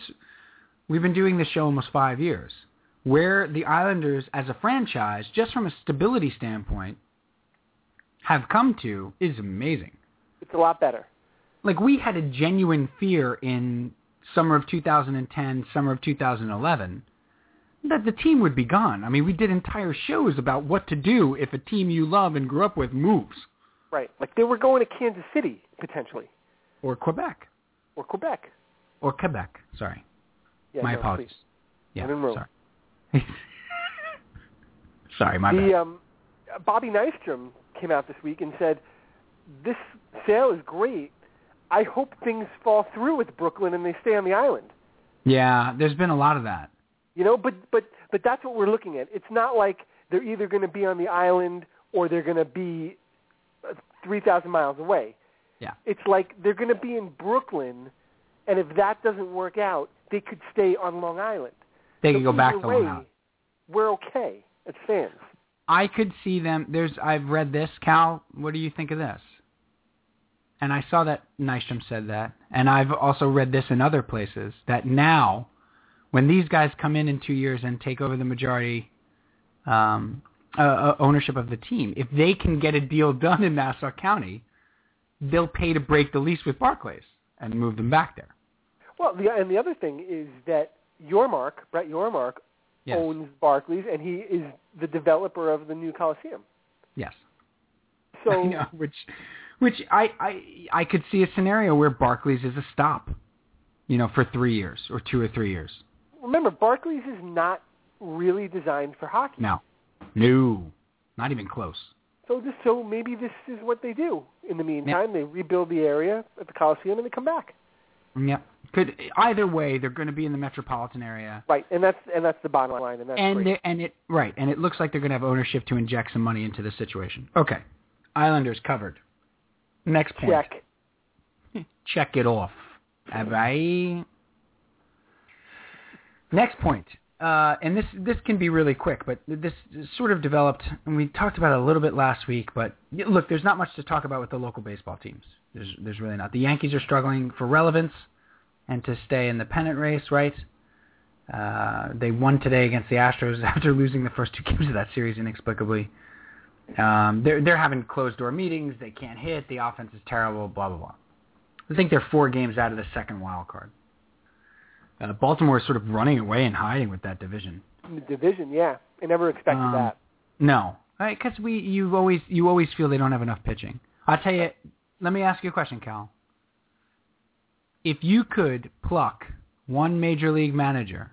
we've been doing this show almost five years. Where the Islanders, as a franchise, just from a stability standpoint, have come to is amazing.
It's a lot better.
like we had a genuine fear in summer of 2010, summer of 2011, that the team would be gone. I mean, we did entire shows about what to do if a team you love and grew up with moves.
Right. Like they were going to Kansas City potentially,
Or Quebec.
or Quebec.
Or Quebec. Sorry.
Yeah,
my
no,
apologies.
please.
Yeah,
One in Rome.
sorry. *laughs* sorry, my bad.
The um, Bobby Nystrom came out this week and said, "This sale is great. I hope things fall through with Brooklyn and they stay on the island."
Yeah, there's been a lot of that.
You know, but but but that's what we're looking at. It's not like they're either going to be on the island or they're going to be uh, 3,000 miles away.
Yeah.
It's like they're going to be in Brooklyn, and if that doesn't work out, they could stay on Long Island.
They
So
could go back
either
to
way,
Long Island.
We're okay as fans.
I could see them. There's. I've read this. Cal, what do you think of this? And I saw that Nystrom said that, and I've also read this in other places that now, when these guys come in in two years and take over the majority um, uh, uh, ownership of the team, if they can get a deal done in Nassau County, they'll pay to break the lease with Barclays and move them back there.
Well, the, and the other thing is that Yormark, Brett Yormark,
Yes.
owns Barclays, and he is the developer of the new Coliseum.
Yes. *laughs*
So
I know, which which I, I I could see a scenario where Barclays is a stop, you know, for three years or two or three years.
remember, Barclays is not really designed for hockey.
No, no, not even close.
So this, so maybe this is what they do. In the meantime, they rebuild the area at the Coliseum and they come back.
Yep. Could either way, they're going to be in the metropolitan area,
Right, and that's and that's the bottom line, and that's
and
great.
they- and it right, and it looks like they're going to have ownership to inject some money into the situation. Okay, Islanders covered. Next point.
check.
check it off. All right. Next point, uh, and this this can be really quick, but this sort of developed, and we talked about it a little bit last week. But y- look, there's not much to talk about with the local baseball teams. There's there's really not. The Yankees are struggling for relevance and to stay in the pennant race, right? Uh, they won today against the Astros *laughs* after losing the first two games of that series inexplicably. Um, they're they're having closed door meetings. They can't hit. The offense is terrible. Blah blah blah. I think they're four games out of the second wild card. Uh, Baltimore is sort of running away and hiding with that division.
The division, yeah. I never expected
Um,
that.
No, because we you always you always feel they don't have enough pitching. I'll tell you. Let me ask you a question, Cal. If you could pluck one major league manager,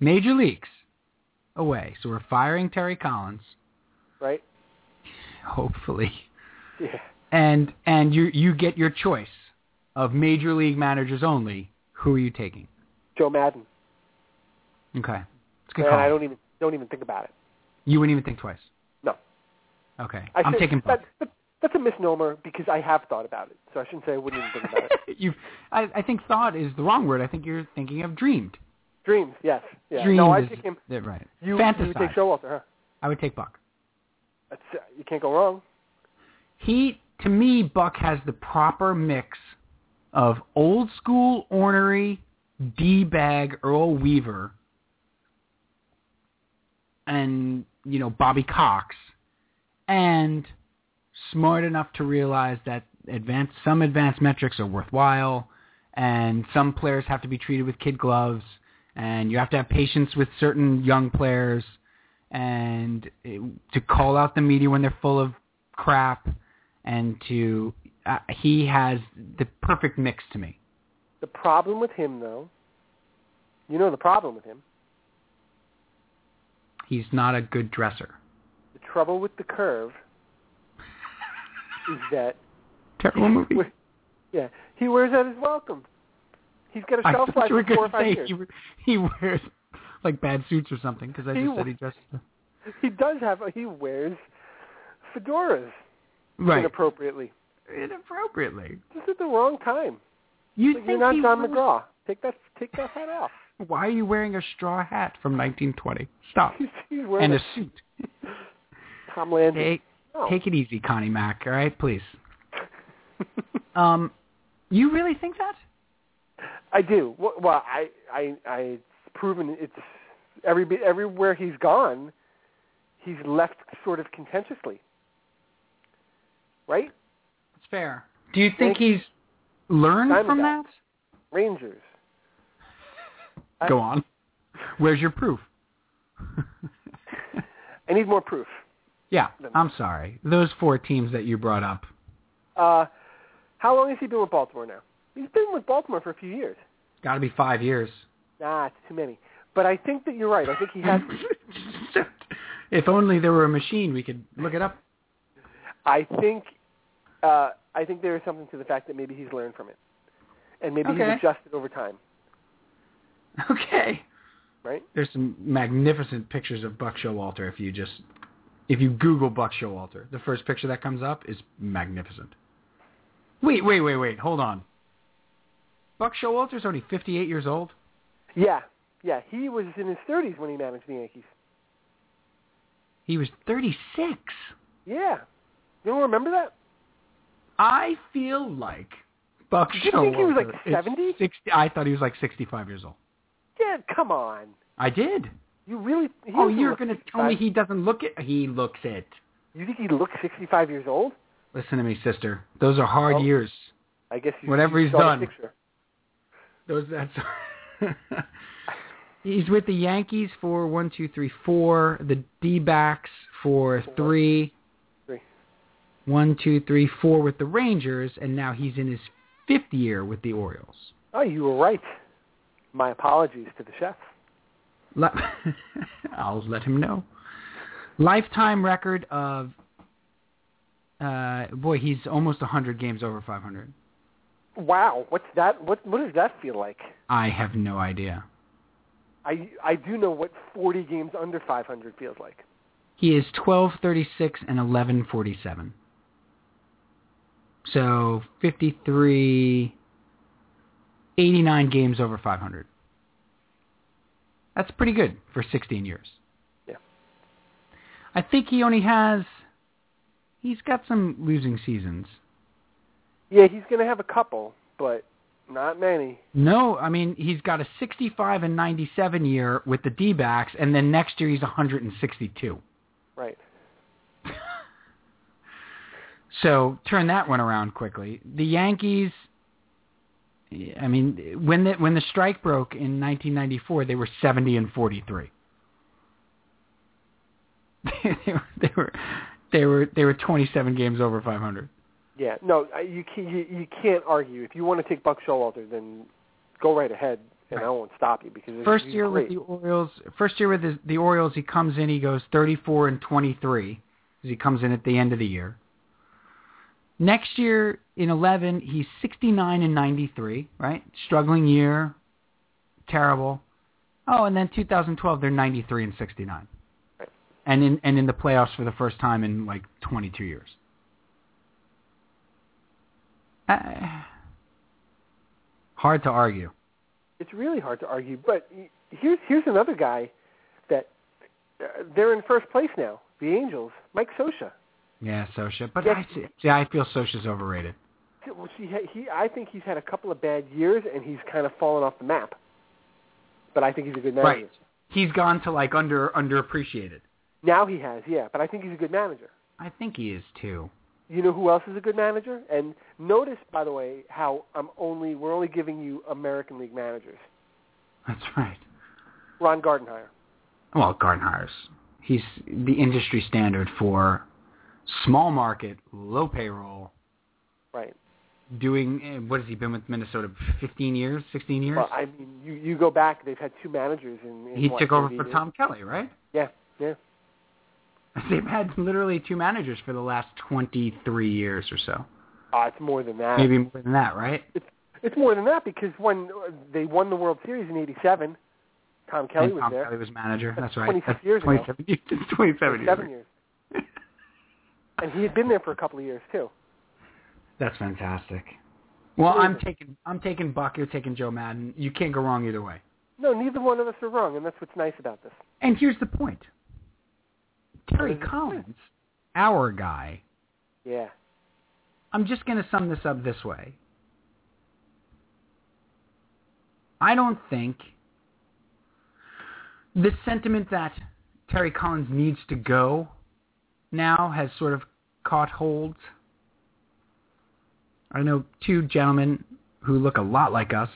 major leagues, away, so we're firing Terry Collins,
Right?
hopefully,
Yeah.
and and you you get your choice of major league managers only. Who are you taking?
Joe Madden.
Okay. It's a good
Man,
call.
Uh, I don't even don't even think about it.
you wouldn't even think twice.
No.
Okay.
I
am
should-
taking
that, that, that's a misnomer because I have thought about it, so I shouldn't say I wouldn't even think
*laughs*
about
*laughs*
it.
you I, I think thought is the wrong word. I think you're thinking of dreamed.
Dreams, yes. Yeah.
Dreamed
no, I
is
pick him.
yeah, right.
You, you would
Fantasize.
take Showalter, huh?
I would take Buck.
That's, uh, you can't go wrong.
He to me Buck has the proper mix of old school ornery D bag Earl Weaver and you know Bobby Cox and smart enough to realize that advanced some advanced metrics are worthwhile and some players have to be treated with kid gloves and you have to have patience with certain young players and eh, to call out the media when they're full of crap and to uh, he has the perfect mix to me.
The problem with him, though, you know the problem with him.
He's not a good dresser.
The trouble with the curve is that
Terrible *laughs* movie.
Wait, yeah, he wears that as welcome. He's got a
I
shelf
thought
life
you were
of four or
going to
five
say
years.
he, *laughs* he wears like bad suits or something because I
He
just said
wa-
he
*laughs*
dresses.
He does have. A, he wears fedoras
Right.
inappropriately.
Inappropriately.
Just at the wrong time.
You
Like,
think
you're not
he
John
would-
McGraw. Take that. Take that hat off.
Why are you wearing a straw hat from 1920? Stop.
He's, *laughs* he's wearing
and
a
a suit.
Tom Landry.
Take,
No.
take it easy, Connie Mack. All right, please. um, you really think that?
I do. Well, well, I, I, I, it's proven it's every everywhere he's gone, he's left sort of contentiously. Right?
It's fair. Do you think he's learned from
Diamondback.
that?
Rangers,
Go on. Where's your proof? *laughs*
I need more proof.
Yeah, I'm sorry. Those four teams that you brought up.
Uh, how long has he been with Baltimore now? He's been with Baltimore for a few years.
Got to be five years.
Nah, it's too many. But I think that you're right. I think he
*coughs*
has.
*laughs*
*laughs*
if only there were a machine we could look it up.
I think. Uh, I think there is something to the fact that maybe he's learned from it, and maybe
Okay.
he's adjusted over time.
*laughs* Okay.
Right.
There's some magnificent pictures of Buck Showalter. If you just, if you Google Buck Showalter, the first picture that comes up is magnificent. Wait, wait, wait, wait. Hold on. Buck Showalter's only 58 years old.
Yeah, yeah. He was in his 30s when he managed the Yankees.
He was 36.
Yeah. You don't remember that?
I feel like Buck
Did you
Showalter.
think he was, like,
is
70?
60 I thought he was like 65 years old.
Yeah. Come on.
I did.
You really? He
oh,
doesn't
you're
look
going to tell me
65.
he doesn't look it? He looks it.
You think he looks 65 years old?
Listen to me, sister. Those are hard
Well,
years.
I guess you,
Whatever
you
he's
saw the
done.
picture.
Those that's *laughs* He's with the Yankees for one, two, three, four. The D backs for three.
Three.
One, two, three, four with the Rangers, and now he's in his fifth year with the Orioles.
Oh, you were right. My apologies to the chef.
Li- *laughs* I'll let him know. Lifetime record of uh, boy, he's almost a hundred games over five hundred.
Wow, what's that? What what does that feel like?
I have no idea.
I I do know what 40 games under 500 feels like.
He is 1236 and 1147. So 53, 89 games over 500. That's pretty good for 16 years.
Yeah.
I think he only has, he's got some losing seasons.
Yeah, he's going to have a couple, but not many.
No, I mean, he's got a 65 and 97 year with the D-backs, and then next year he's 162.
Right.
So turn that one around quickly. The Yankees. I mean, when the when the strike broke in 1994, they were 70 and 43. *laughs* they, were, they were they were they were 27 games over 500.
Yeah. No, I- you can you, you can't argue. If you want to take Buck Showalter, then go right ahead, and I won't stop you because
First
he's
year
great.
with the Orioles, first year with the, the Orioles, he comes in, he goes 34 and 23 'cause he comes in at the end of the year. Next year in 11, he's 69 and 93, right? Struggling year, terrible. Oh, and then 2012, they're 93 and 69.
Right.
And in and in the playoffs for the first time in like 22 years. Uh, hard to argue.
it's really hard to argue. But y- here's here's another guy that uh, they're in first place now. The Angels, Mike Sosha.
Yeah, Sosha. But
Yeah.
I see, see, I feel Sosha's overrated.
Well, see, he I think he's had a couple of bad years and he's kind of fallen off the map. But I think he's a good manager.
Right. He's gone to like under underappreciated.
Now he has, yeah. But I think he's a good manager.
I think he is too.
You know who else is a good manager? And notice, by the way, how I'm only we're only giving you American League managers.
That's right.
Ron Gardenhire.
Well, Gardenhire's he's the industry standard for small market, low payroll,
Right.
doing eh, what has he been with Minnesota 15 years, 16 years?
Well, I mean, you you go back; they've had two managers in. in
he
what,
took over
30
for
years?
Tom Kelly, right?
Yeah, yeah.
*laughs* They've had literally two managers for the last 23 years or so.
Uh, it's more than that.
Maybe more than that, right?
It's more than that because when uh, they won the World Series in '87, Tom Kelly
and
was
Tom
there.
Kelly was manager. That's
That's
right.
26
That's
years ago.
27
*laughs*
years. 27 years.
Seven years. and he had been there for a couple of years too.
That's fantastic. Well, I'm
Sure.
taking I'm taking Buck. You're taking Joe Madden. You can't go wrong either way.
No, neither one of us are wrong, and that's what's nice about this.
And here's the point. Terry
What is it?
Collins, our guy.
Yeah.
I'm just going to sum this up this way. I don't think the sentiment that Terry Collins needs to go now has sort of caught hold. I know two gentlemen who look a lot like us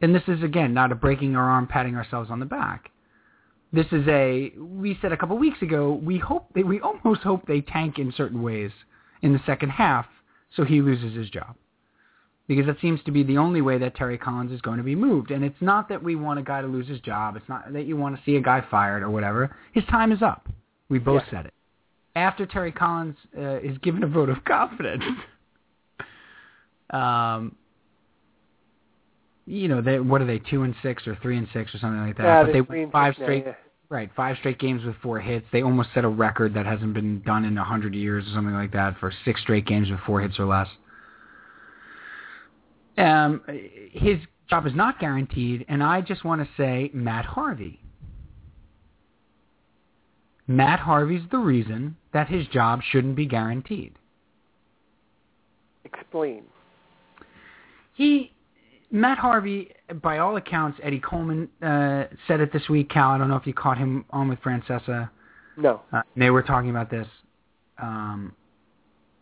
And this is again not a breaking our arm, patting ourselves on the back. This is a we said a couple weeks ago. We hope they, we almost hope they tank in certain ways in the second half, so he loses his job because that seems to be the only way that Terry Collins is going to be moved. And it's not that we want a guy to lose his job. It's not that you want to see a guy fired or whatever. His time is up. We both said it. After Terry Collins uh, is given a vote of confidence, *laughs* um, you know, they, what are they, two and six or three and six or something like that?
Yeah,
but
they're
they
three
won
and
five
six now,
straight,
yeah.
right? Five straight games with four hits. They almost set a record that hasn't been done in a hundred years or something like that for six straight games with four hits or less um, his job is not guaranteed, and I just want to say Matt Harvey. Matt Harvey's the reason that his job shouldn't be guaranteed.
Explain.
He, Matt Harvey, by all accounts, Eddie Coleman uh, said it this week. Cal, I don't know if you caught him on with Francesa.
No.
Uh, they were talking about this. Um,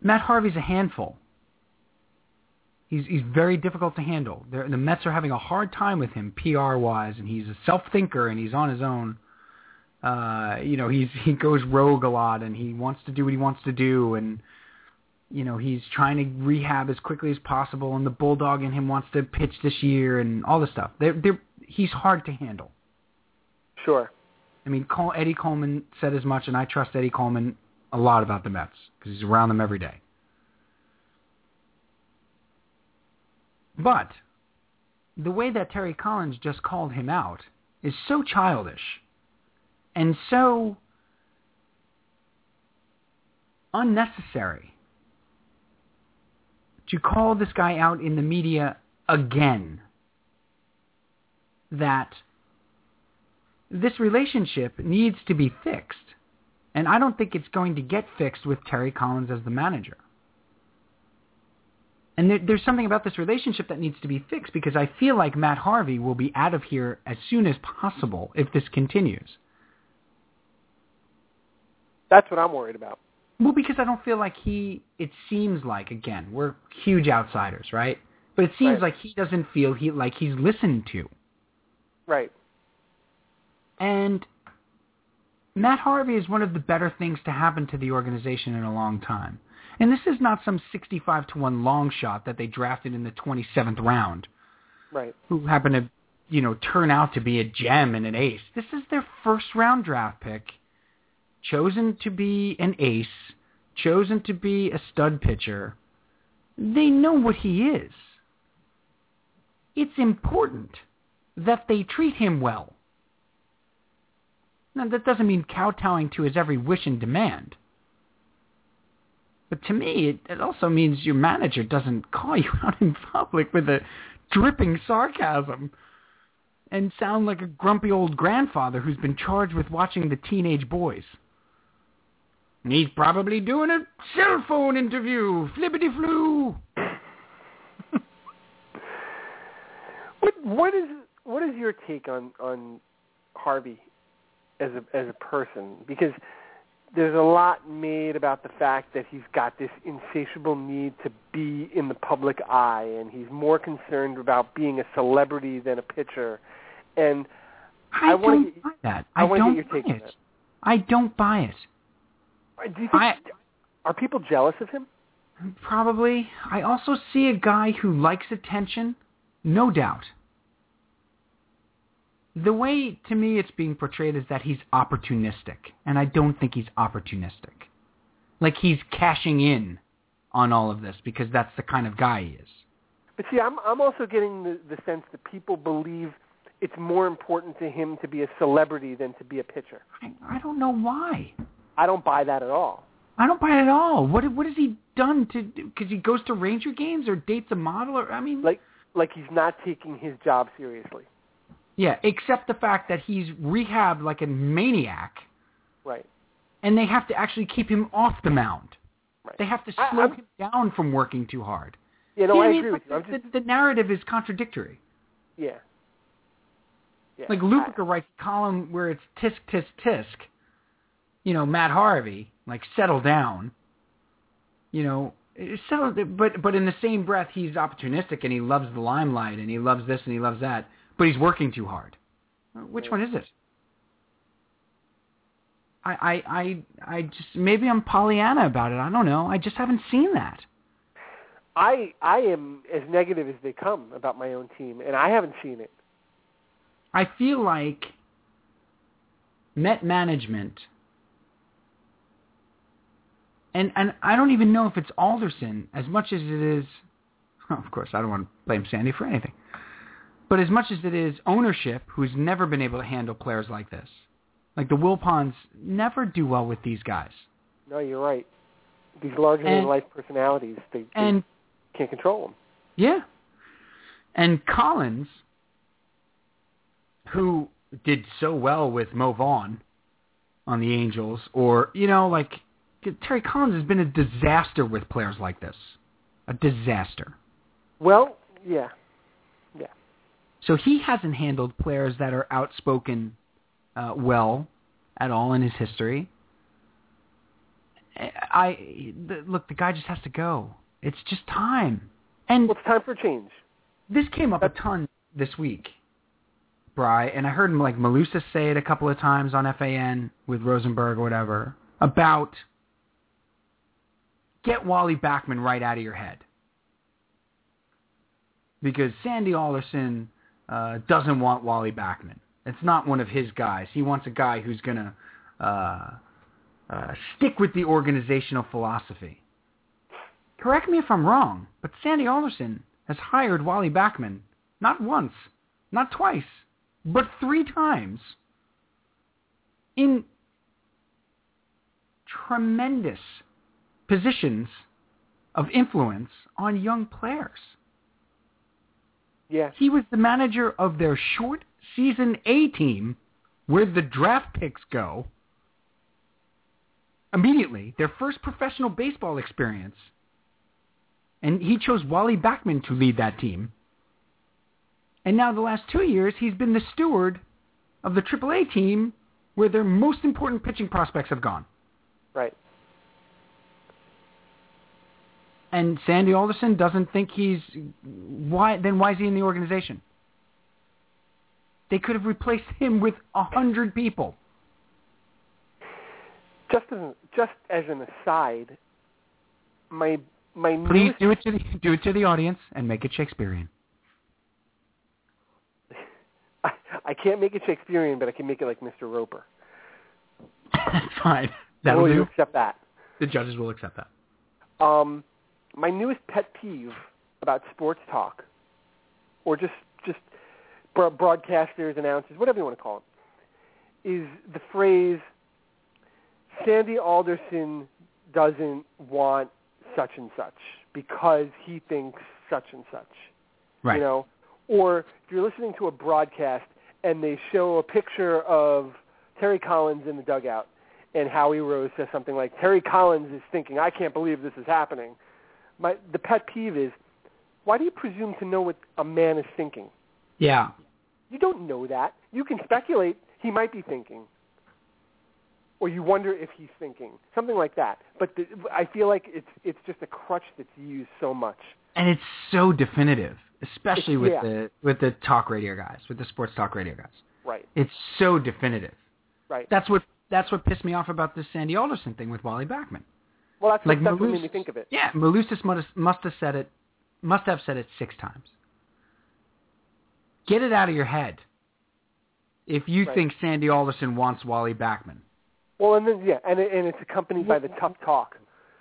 Matt Harvey's a handful. He's he's very difficult to handle. They're, the Mets are having a hard time with him PR wise, and he's a self thinker and he's on his own. Uh, you know, he's he goes rogue a lot and he wants to do what he wants to do and you know, he's trying to rehab as quickly as possible and the bulldog in him wants to pitch this year and all this stuff. They're, they're, he's hard to handle.
Sure.
I mean, Col- Eddie Coleman said as much, and I trust Eddie Coleman a lot about the Mets because he's around them every day. But the way that Terry Collins just called him out is so childish and so unnecessary to call this guy out in the media again that this relationship needs to be fixed. And I don't think it's going to get fixed with Terry Collins as the manager. And there, there's something about this relationship that needs to be fixed because I feel like Matt Harvey will be out of here as soon as possible if this continues.
That's what I'm worried about.
Well, because I don't feel like he, it seems like, again, we're huge outsiders, right? But it seems
Right.
like he doesn't feel he, like he's listened to.
Right.
And Matt Harvey is one of the better things to happen to the organization in a long time. And this is not some 65 to 1 long shot that they drafted in the 27th round
Right.
who happened to, you know, turn out to be a gem and an ace. This is their first round draft pick chosen to be an ace, chosen to be a stud pitcher. They know what he is. It's important that they treat him well. Now, that doesn't mean kowtowing to his every wish and demand. But to me, it, it also means your manager doesn't call *laughs* you out in public with a dripping sarcasm and sound like a grumpy old grandfather who's been charged with watching the teenage boys. And he's probably doing a cell phone interview, flippity floo.
What what is what is your take on on Harvey as a as a person? Because there's a lot made about the fact that he's got this insatiable need to be in the public eye and he's more concerned about being a celebrity than a pitcher. And
I,
I wanna
don't
get-
buy that.
I
I,
wanna
don't
get your
buy
take on
it.
that.
I don't buy it.
do you think
I-
are people jealous of him?
Probably. I also see a guy who likes attention, no doubt. The way to me it's being portrayed is that he's opportunistic, and I don't think he's opportunistic. Like he's cashing in on all of this because that's the kind of guy he is.
But see, I'm I'm also getting the, the sense that people believe it's more important to him to be a celebrity than to be a pitcher.
I, I don't know why.
I don't buy that at all.
I don't buy it at all. What what has he done to? Because he goes to Ranger games or dates a model or I mean,
Like like he's not taking his job seriously.
yeah. Except the fact that he's rehabbed like a maniac.
Right.
and they have to actually keep him off the mound.
Right.
They have to
I-
slow
I'm-
him down from working too hard.
Yeah,
You know
no, I
what mean?
agree with you. I'm
Like,
just
the, the narrative is contradictory.
yeah. yeah.
Like Lupica writes a column where it's tisk tisk tisk. You know, Matt Harvey, like settle down. You know, So, but but in the same breath, he's opportunistic and he loves the limelight and he loves this and he loves that. But he's working too hard. Which one is it? I I I I just maybe I'm Pollyanna about it. I don't know. I just haven't seen that.
I I am as negative as they come about my own team, and I haven't seen it.
I feel like Met management, and and I don't even know if it's Alderson as much as it is. *laughs* Of course, I don't want to blame Sandy for anything, but as much as it is ownership, who's never been able to handle players like this, like the Wilpons never do well with these guys.
No, you're right. These larger than life personalities, they, they
and-
can't control them.
Yeah. And Collins, who did so well with Mo Vaughn on the Angels, or, you know, like, Terry Collins has been a disaster with players like this. A disaster.
Well, yeah,
So he hasn't handled players that are outspoken uh, well at all in his history. I, I the, look, the guy just has to go. It's just time. And
well, it's time for change.
this came up a ton this week, Bry, and I heard like Malusa say it a couple of times on FAN with Rosenberg or whatever about get Wally Backman right out of your head because Sandy Alderson uh, doesn't want Wally Backman. It's not one of his guys. He wants a guy who's gonna uh, uh, stick with the organizational philosophy. Correct me if I'm wrong, but Sandy Alderson has hired Wally Backman not once, not twice, but three times in tremendous positions of influence on young players.
Yeah,
He was the manager of their short season A team where the draft picks go immediately, their first professional baseball experience. And he chose Wally Backman to lead that team. And now the last two years, he's been the steward of the AAA team where their most important pitching prospects have gone.
right.
and Sandy Alderson doesn't think he's why then why is he in the organization? They could have replaced him with a hundred people.
Just as just as an aside, my my
Please
newest
do it to the do it to the audience and make it Shakespearean.
*laughs* I, I can't make it Shakespearean, but I can make it like Mr. Roper.
*laughs* Fine. That'll
Will you
do.
accept that?
The judges will accept that.
Um, my newest pet peeve about sports talk, or just just bro- broadcasters, announcers, whatever you want to call it, is the phrase "Sandy Alderson doesn't want such and such because he thinks such and such."
Right.
You know, or if you're listening to a broadcast and they show a picture of Terry Collins in the dugout, and Howie Rose says something like, "Terry Collins is thinking, I can't believe this is happening." My the pet peeve is, why do you presume to know what a man is thinking?
Yeah.
You don't know that. You can speculate he might be thinking, or you wonder if he's thinking something like that. But the, I feel like it's it's just a crutch that's used so much.
And it's so definitive, especially with
Yeah.
the with the talk radio guys, with the sports talk radio guys.
Right.
It's so definitive.
Right.
That's what that's what pissed me off about this Sandy Alderson thing with Wally Backman.
Well, that's,
like
that's what
Malus-
made me think of it.
Yeah, Malusis must, must have said it, must have said it six times. Get it out of your head. If you
Right.
think Sandy Alderson wants Wally Backman,
Well, and then yeah, and it, and it's accompanied by the tough talk.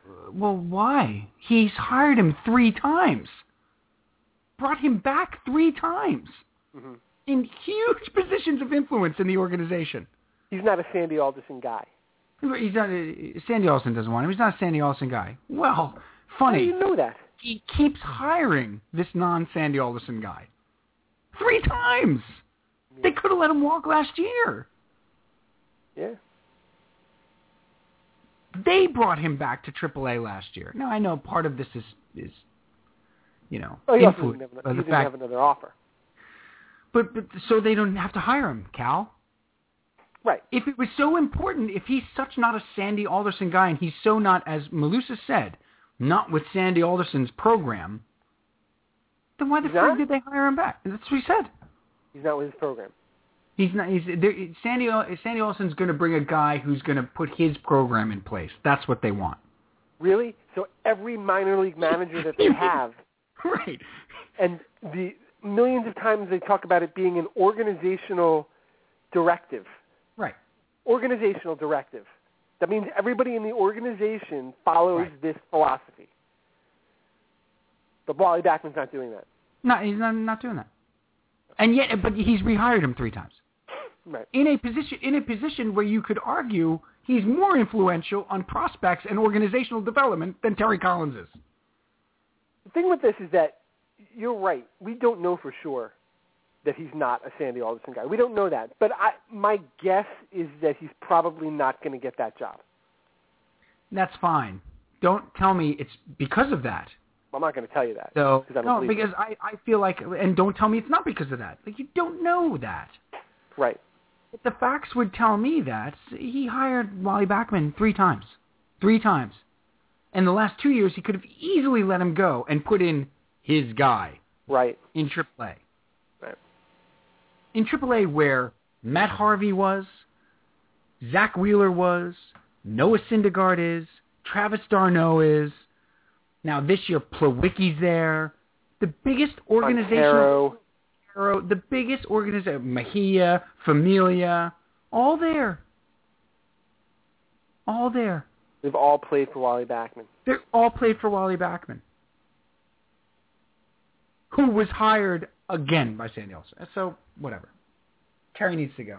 Uh, well, why? He's hired him three times, brought him back three times
Mhm.
in huge positions of influence in the organization.
He's not a Sandy Alderson guy.
He's not a, Sandy Alderson doesn't want him. He's not a Sandy Alderson guy. Well, funny.
How do you know that?
he keeps hiring this non-Sandy Alderson guy. Three times. They could have let him walk last year.
Yeah.
They brought him back to AAA last year. Now I know part of this is is you know
Oh, he also
influenced
didn't, have,
by
an- he
the
didn't have
fact,
another offer.
but but so they don't have to hire him, Cal.
Right.
If it was so important, if he's such not a Sandy Alderson guy, and he's so not as Melusa said, not with Sandy Alderson's program, then why the
Is that-
frig did they hire him back? That's what he said.
He's not with his program.
He's not. He's there, Sandy. Al- Sandy Alderson's going to bring a guy who's going to put his program in place. That's what they want.
Really? So every minor league
*laughs*
manager that they have,
Right.
and the millions of times they talk about it being an organizational directive.
Right.
Organizational directive. That means everybody in the organization follows
Right.
this philosophy. But Wally Backman's not doing that.
No, he's not, not doing that. And yet, but he's rehired him three times
Right.
in a position in a position where you could argue he's more influential on prospects and organizational development than Terry Collins is.
The thing with this is that you're right. We don't know for sure that he's not a Sandy Alderson guy. We don't know that. But I, my guess is that he's probably not going to get that job.
That's fine. Don't tell me it's because of that.
I'm not going to tell you that.
So
Because I don't
no,
believe it.
because I, I feel like, and don't tell me it's not because of that. Like you don't know that.
Right.
If the facts would tell me that he hired Wally Backman three times, three times, and the last two years he could have easily let him go and put in his guy.
Right.
in AAA.
Right.
In AAA, where Matt Harvey was, Zach Wheeler was, Noah Syndergaard is, Travis Darno is. Now this year, Plawicki's there. The biggest organization,
Montero,
the biggest organization, Mejia, Familia, all there. All there.
they've all played for Wally Backman.
They're all played for Wally Backman, who was hired again by Sandy Alston. So whatever. Terry needs to go.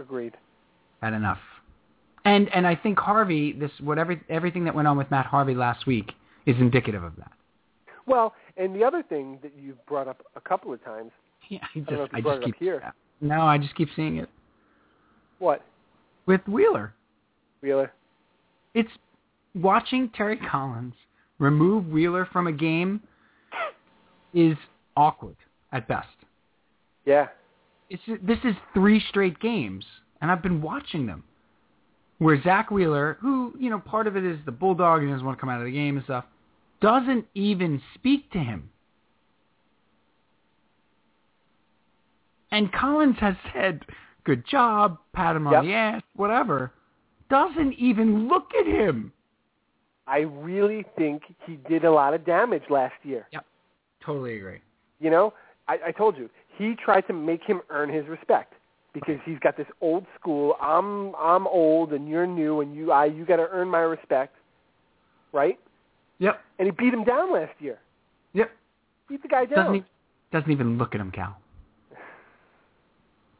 Agreed.
Had enough. And and I think Harvey, this whatever everything that went on with Matt Harvey last week is indicative of that.
Well, and the other thing that you brought up a couple of times,
Yeah, I just
don't know if you
I
brought
just
it up
keep
here.
no, I just keep seeing it
what,
with Wheeler.
Wheeler?
It's watching Terry Collins remove Wheeler from a game is awkward at best.
Yeah.
it's this is three straight games, and I've been watching them. Where Zach Wheeler, who you know, part of it is the bulldog and he doesn't want to come out of the game and stuff, doesn't even speak to him. And Collins has said, "Good job," pat him
Yep.
on the ass, whatever. Doesn't even look at him.
I really think he did a lot of damage last year.
Totally agree.
You know, I, I told you he tried to make him earn his respect because he's got this old school. I'm I'm old and you're new and you I you got to earn my respect, right?
Yep.
And he beat him down last year.
Yep.
Beat the guy
Doesn't
down.
e- doesn't even look at him, Cal.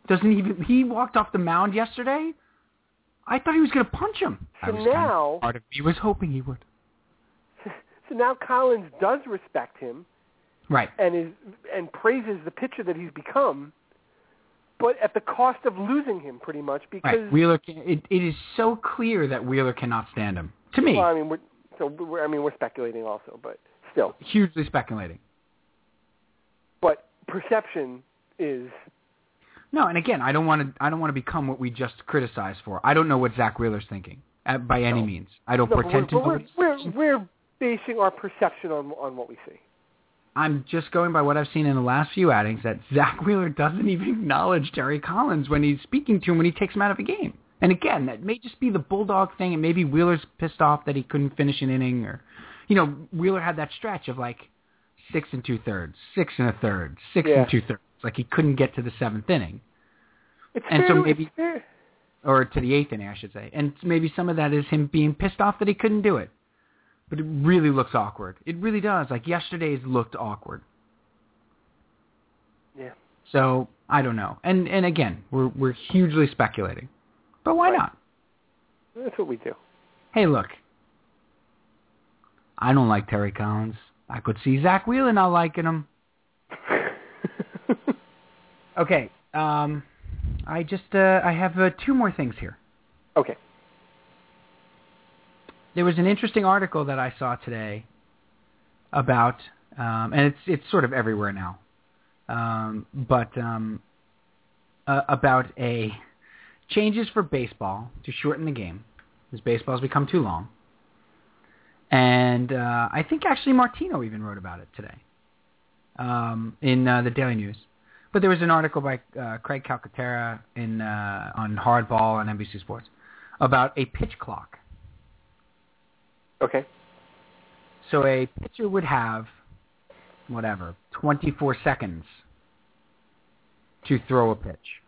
Doesn't even he walked off the mound yesterday? I thought he was going to punch him. I
so
was kind of,
now,
part of me was hoping he would.
*laughs* so now Collins does respect him
Right.
and is and praises the pitcher that he's become, but at the cost of losing him pretty much because
Right. Wheeler can, it, it is so clear that Wheeler cannot stand him. To me,
well, I mean we're so we're, I mean we're speculating also, but still,
hugely speculating.
but perception is
No, and again, I don't want to I don't want to become what we just criticized for. I don't know what Zach Wheeler's thinking uh, by any
No.
means. I don't
no, but
pretend
we're,
to know.
but
what-
we're, we're we're basing our perception on on what we see.
I'm just going by what I've seen in the last few outings that Zach Wheeler doesn't even acknowledge Terry Collins when he's speaking to him when he takes him out of a game. And again, that may just be the bulldog thing, and maybe Wheeler's pissed off that he couldn't finish an inning, or you know, Wheeler had that stretch of like six and two thirds, six and a third, six
Yeah.
and two thirds, like he couldn't get to the seventh inning
It's
And
fair,
so
to-
maybe-
it's fair,
or to the eighth inning, I should say. And maybe some of that is him being pissed off that he couldn't do it. But it really looks awkward. It really does. Like yesterday's looked awkward.
Yeah.
So I don't know. And and again, we're we're hugely speculating. But why
Right.
not?
that's what we do. *laughs*
Hey, look. I don't like Terry Collins. I could see Zach Wheeler not liking him. Okay. Um, I just uh, I have uh, two more things here.
okay,
there was an interesting article that I saw today about, um, and it's it's sort of everywhere now, um, but um, uh, about a changes for baseball to shorten the game because baseball's become too long, And uh, I think actually Martino even wrote about it today um, in uh, the Daily News. But there was an article by uh, Craig Calcaterra in uh, on Hardball on NBC Sports about a pitch clock.
Okay.
So a pitcher would have whatever 24 seconds to throw a pitch,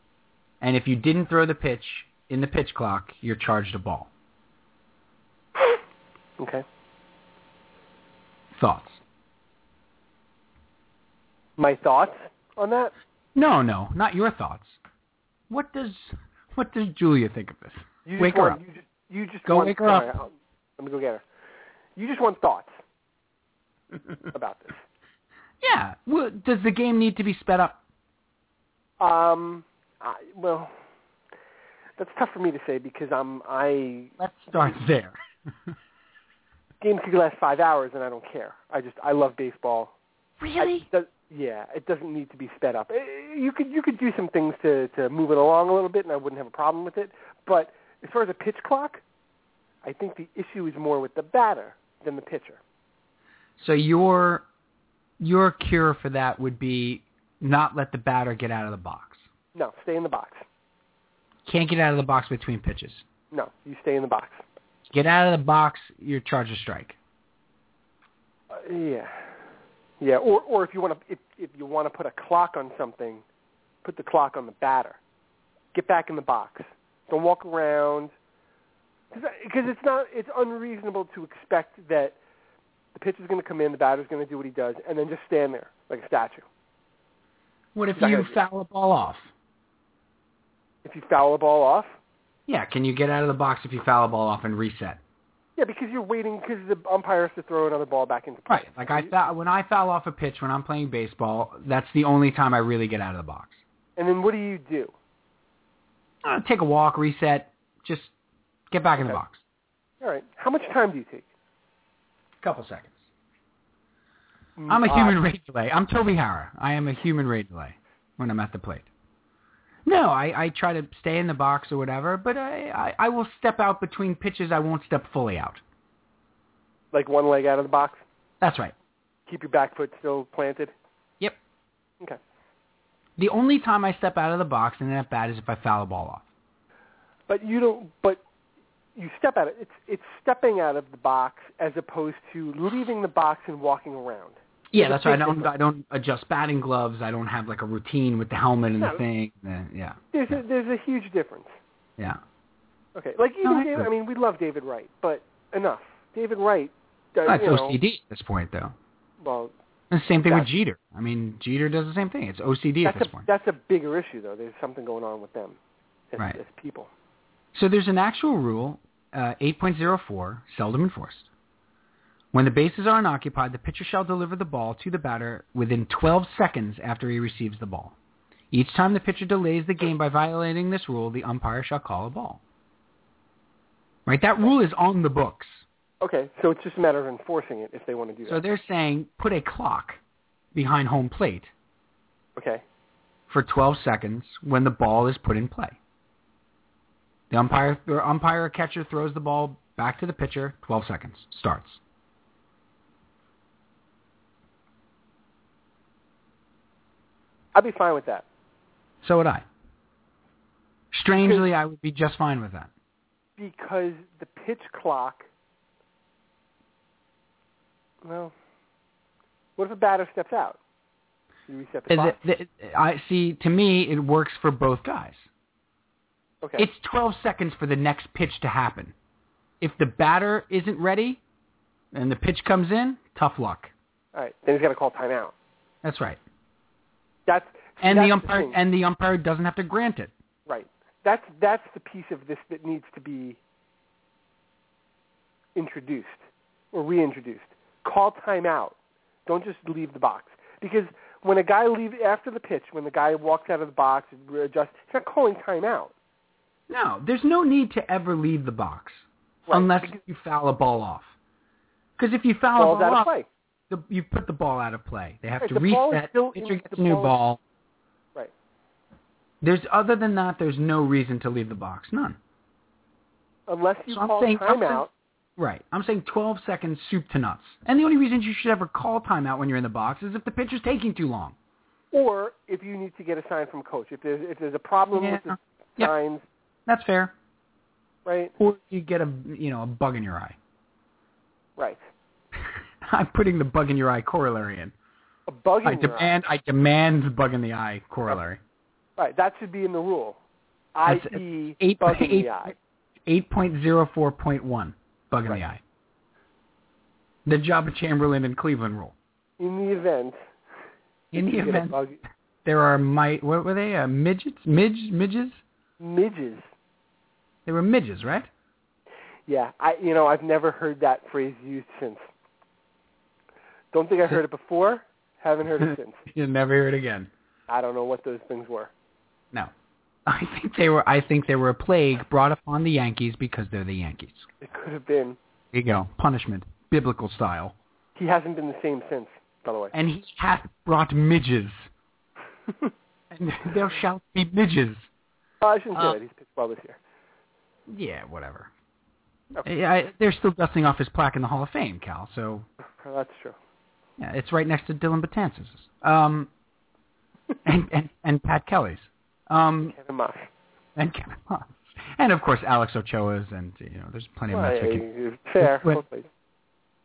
and if you didn't throw the pitch in the pitch clock, you're charged a ball.
Okay.
Thoughts?
My thoughts on that?
No, no, not your thoughts. What does what does Julia think of this?
You just
wake her
want,
up.
You just, you just
Go
want,
wake her up.
sorry, I'll- let me go get her. You just want thoughts about this.
*laughs* Yeah. Well, does the game need to be sped up?
Um, I, well, that's tough for me to say because I'm I
Let's start there.
games could last five hours and I don't care. I just I love baseball.
Really?
Does, yeah, it doesn't need to be sped up. Eh, You could you could do some things to to move it along a little bit, and I wouldn't have a problem with it. But as far as a pitch clock, I think the issue is more with the batter than the pitcher.
So your your cure for that would be not let the batter get out of the box.
No, stay in the box.
Can't get out of the box between pitches.
No, you stay in the box.
Get out of the box, you're charged a strike.
Uh, yeah, yeah. Or or if you want to if if you want to put a clock on something, put the clock on the batter. Get back in the box. Don't walk around. Because it's not it's unreasonable to expect that the pitcher's going to come in, the batter's going to do what he does, and then just stand there like a statue.
What if
Not
you
gonna do
foul a ball off?
If you foul a ball off,
Yeah, can you get out of the box if you foul a ball off and reset?
yeah, because you're waiting because the umpire has to throw another ball back into play.
Right. Like I foul, when I foul off a pitch when I'm playing baseball, that's the only time I really get out of the box.
And then what do you do?
Uh, take a walk, reset, just get back in the
Okay.
box.
All right, how much time do you take?
Couple seconds. Uh, I'm a human rate delay. I'm Toby Hara. I am a human rate delay when I'm at the plate. No, I, I try to stay in the box or whatever, but I, I, I will step out between pitches. I won't step fully out.
Like one leg out of the box,
That's right.
keep your back foot still planted.
Yep.
Okay.
The only time I step out of the box in an at bat is if I foul a ball off.
But you don't. But you step out. Of, it's it's stepping out of the box as opposed to leaving the box and walking around.
Yeah, that's right. I don't I don't adjust batting gloves. I don't have like a routine with the helmet and the
No.
thing. Uh, Yeah,
There's a, there's a huge difference.
yeah.
Okay. Like even
No, I
David,
agree.
I mean, we love David Wright, but enough. David Wright. Uh,
That's
you know,
OCD at this point, though.
Well,
And the same thing with
That's-
Jeter. I mean, Jeter does the same thing. It's OCD at
that's
this
a
point.
that's a bigger issue though. There's something going on with them as,
Right.
as people.
So there's an actual rule, uh, 8.04, seldom enforced. When the bases are unoccupied, the pitcher shall deliver the ball to the batter within 12 seconds after he receives the ball. Each time the pitcher delays the game by violating this rule, the umpire shall call a ball. Right? That rule is on the books.
Okay, so it's just a matter of enforcing it if they want to do
So
that.
they're saying put a clock behind home plate
okay.
for 12 seconds when the ball is put in play. The umpire or umpire or catcher throws the ball back to the pitcher, 12 seconds, starts.
I'd be fine with that
So would I. Strangely, I would be just fine with that.
because the pitch clock. Well, what if a batter steps out? You reset the
Is
clock.
it- th- I see. To me, it works for both guys.
okay.
It's 12 seconds for the next pitch to happen. If the batter isn't ready, and the pitch comes in, tough luck.
All right. Then he's got to call timeout.
That's right.
That's
And
that's
the umpire
thing.
and the umpire doesn't have to grant it.
right. That's that's the piece of this that needs to be introduced or reintroduced. Call timeout. Don't just leave the box because when a guy leaves after the pitch, when the guy walks out of the box, adjust, he's not calling timeout.
No, there's no need to ever leave the box
Right.
unless you foul a ball off. Because if you foul
Ball's
a ball
out of
off,
play.
The, you put the ball out of play. They have
Right,
to
the ball is
reset.
still in-
pitcher gets a
the
new
ball is-
ball.
Right.
There's other than that, there's no reason to leave the box. None.
Unless you
So I'm
call
saying- I'm
timeout,
Right. I'm saying 12 seconds soup to nuts. And the only reason you should ever call timeout when you're in the box is if the pitcher's taking too long.
Or if you need to get a sign from coach, if there's if there's a problem with
Yeah.
the
Yeah.
signs,
That's fair.
right?
Or you get a you know a bug in your eye. *laughs*
Right.
I'm putting the bug in your eye corollary in.
A bug in
I
your eye.
demand I demand the bug in the eye corollary.
Right. That should be in the rule.
That's-
I.e.
eight-
bug
*laughs*
in
eight-
the eye.
Eight point zero four point one bug in the eye. The Jabba Chamberlain and Cleveland rule.
In the event,
In the
you get a
event
bug,
there are my what were they uh, midgets midge midges
midges.
they were midges right *laughs*
Yeah, I you know I've never heard that phrase used since. Don't think I heard it before. Haven't
*laughs*
heard it since.
you'll never hear it again
I don't know what those things were.
no I think they were I think they were a plague brought upon the Yankees because they're the Yankees
It could have been.
there you go punishment biblical style
He hasn't been the same since, by the way. *laughs*
and he hath brought midges and *laughs* there shall be midges
Oh, I shouldn't say
Uh,
that. He's pitched well this year. *laughs*
yeah whatever
Okay.
Yeah, I, they're still dusting off his plaque in the Hall of Fame Cal so
Oh, That's true.
yeah, it's right next to Dylan Betances
*laughs*
um and and, and Pat Kelly's um
Kevin Moss.
and Kevin Moss. And of course, Alex Ochoa's, and you know, there's plenty of
Well,
guys we can,
yeah, fair.
Well-
hopefully.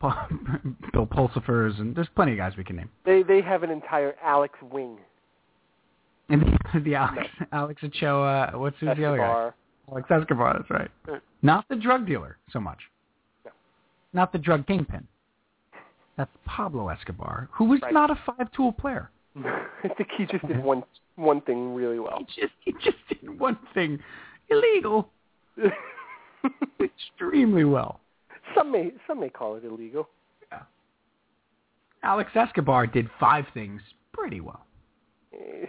*laughs* Bill Pulsifers, and there's plenty of guys we can name. *laughs*
They they have an entire Alex wing.
And the, the Alex, Alex Ochoa, what's who's the other guy?
Escobar.
Alex Escobar, that's right.
Mm.
Not the drug dealer so much.
No.
Not the drug kingpin. That's Pablo Escobar, who was
Right.
not a five-tool player.
*laughs* I think he just did one one thing really
*laughs*
well. *laughs*
He just he just did one thing illegal *laughs* extremely well.
some may some may call it illegal. *laughs*
Alex Escobar did five things pretty well,
Eh,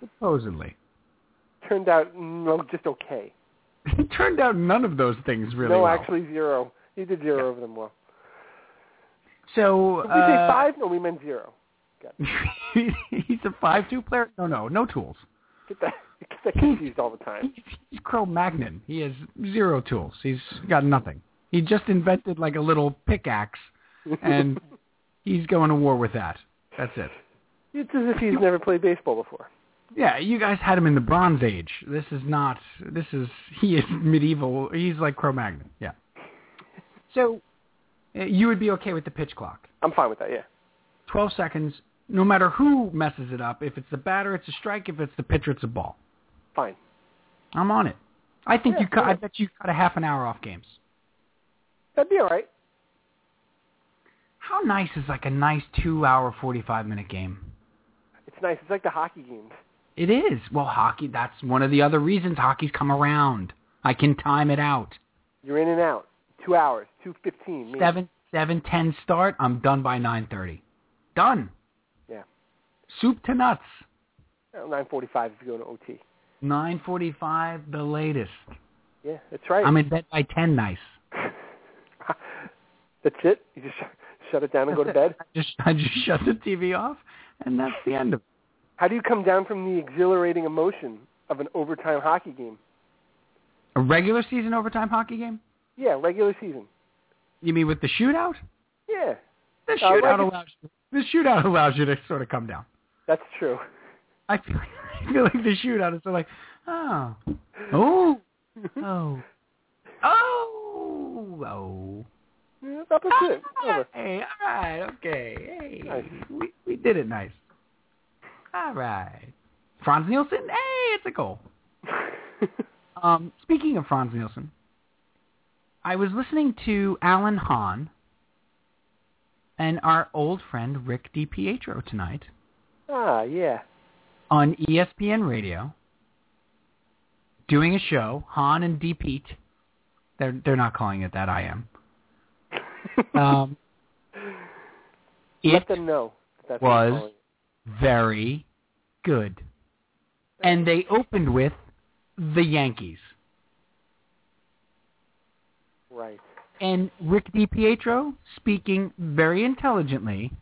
supposedly. *laughs*
Turned out no, just okay.
It turned out none of those things really
no,
well.
actually zero. He did zero of them well.
So
Did we say
uh,
five? No, we meant zero.
*laughs* he's a five-two player. No, no, no tools.
Get that, *laughs* get that confused all the time.
He's Cro-Magnon. He has zero tools. He's got nothing. He just invented like a little
*laughs*
pickaxe, and he's going to war with that. That's it.
It's as if he's never played baseball before.
Yeah, you guys had him in the Bronze Age. This is not. This is he is medieval. He's like Cro-Magnon. Yeah. So, uh, you would be okay with the pitch clock.
I'm fine with that. Yeah.
12 seconds, no matter who messes it up. If it's the batter, it's a strike. If it's the pitcher, it's a ball.
Fine.
I'm on it. I think
Yeah,
you. Cut, I
yeah.
bet you cut a half an hour off games.
That'd be all right.
How nice is like a nice two-hour, forty-five minute game?
It's nice. It's like the hockey games.
It is. Well, hockey. That's one of the other reasons hockey's come around. I can time it out.
You're in and out. Two hours. Two fifteen. Maybe.
Seven, seven, ten start. I'm done by nine thirty. Done.
Yeah.
Soup to nuts.
Uh, Nine forty-five if you go to OT.
Nine forty-five, the
*laughs*
latest.
Yeah, that's right.
I'm in bed by ten. Nice.
*laughs* that's it. You just *laughs* sh- shut it down and go to bed.
*laughs* I just I just shut the TV off, and that's the end of it.
How do you come down from the exhilarating emotion of an overtime hockey game?
A regular season overtime hockey game?
Yeah, regular season.
You mean with the shootout?
Yeah,
The
Uh,
shootout
regu-
allows you, the shootout *laughs* allows you to sort of come down.
that's true.
I feel *laughs* like, I feel like the shootout is sort of like
*laughs*
oh oh oh oh oh.
Yeah, that was it. Over.
*laughs* Hey, all right, okay, hey,
Nice.
we we did it nice. All right, Franz Nielsen, hey, it's a goal. Um, speaking of Franz Nielsen, I was listening to Alan Hahn and our old friend Rick DiPietro tonight
*laughs* ah, yeah.
on E ESPN Radio doing a show, Hahn and DePete. They're, they're not calling it that, I am. Um,
*laughs* Let
it
them know. That that's
was-
What you're calling
very good. And they opened with the Yankees.
it. right.
and Rick DiPietro speaking very intelligently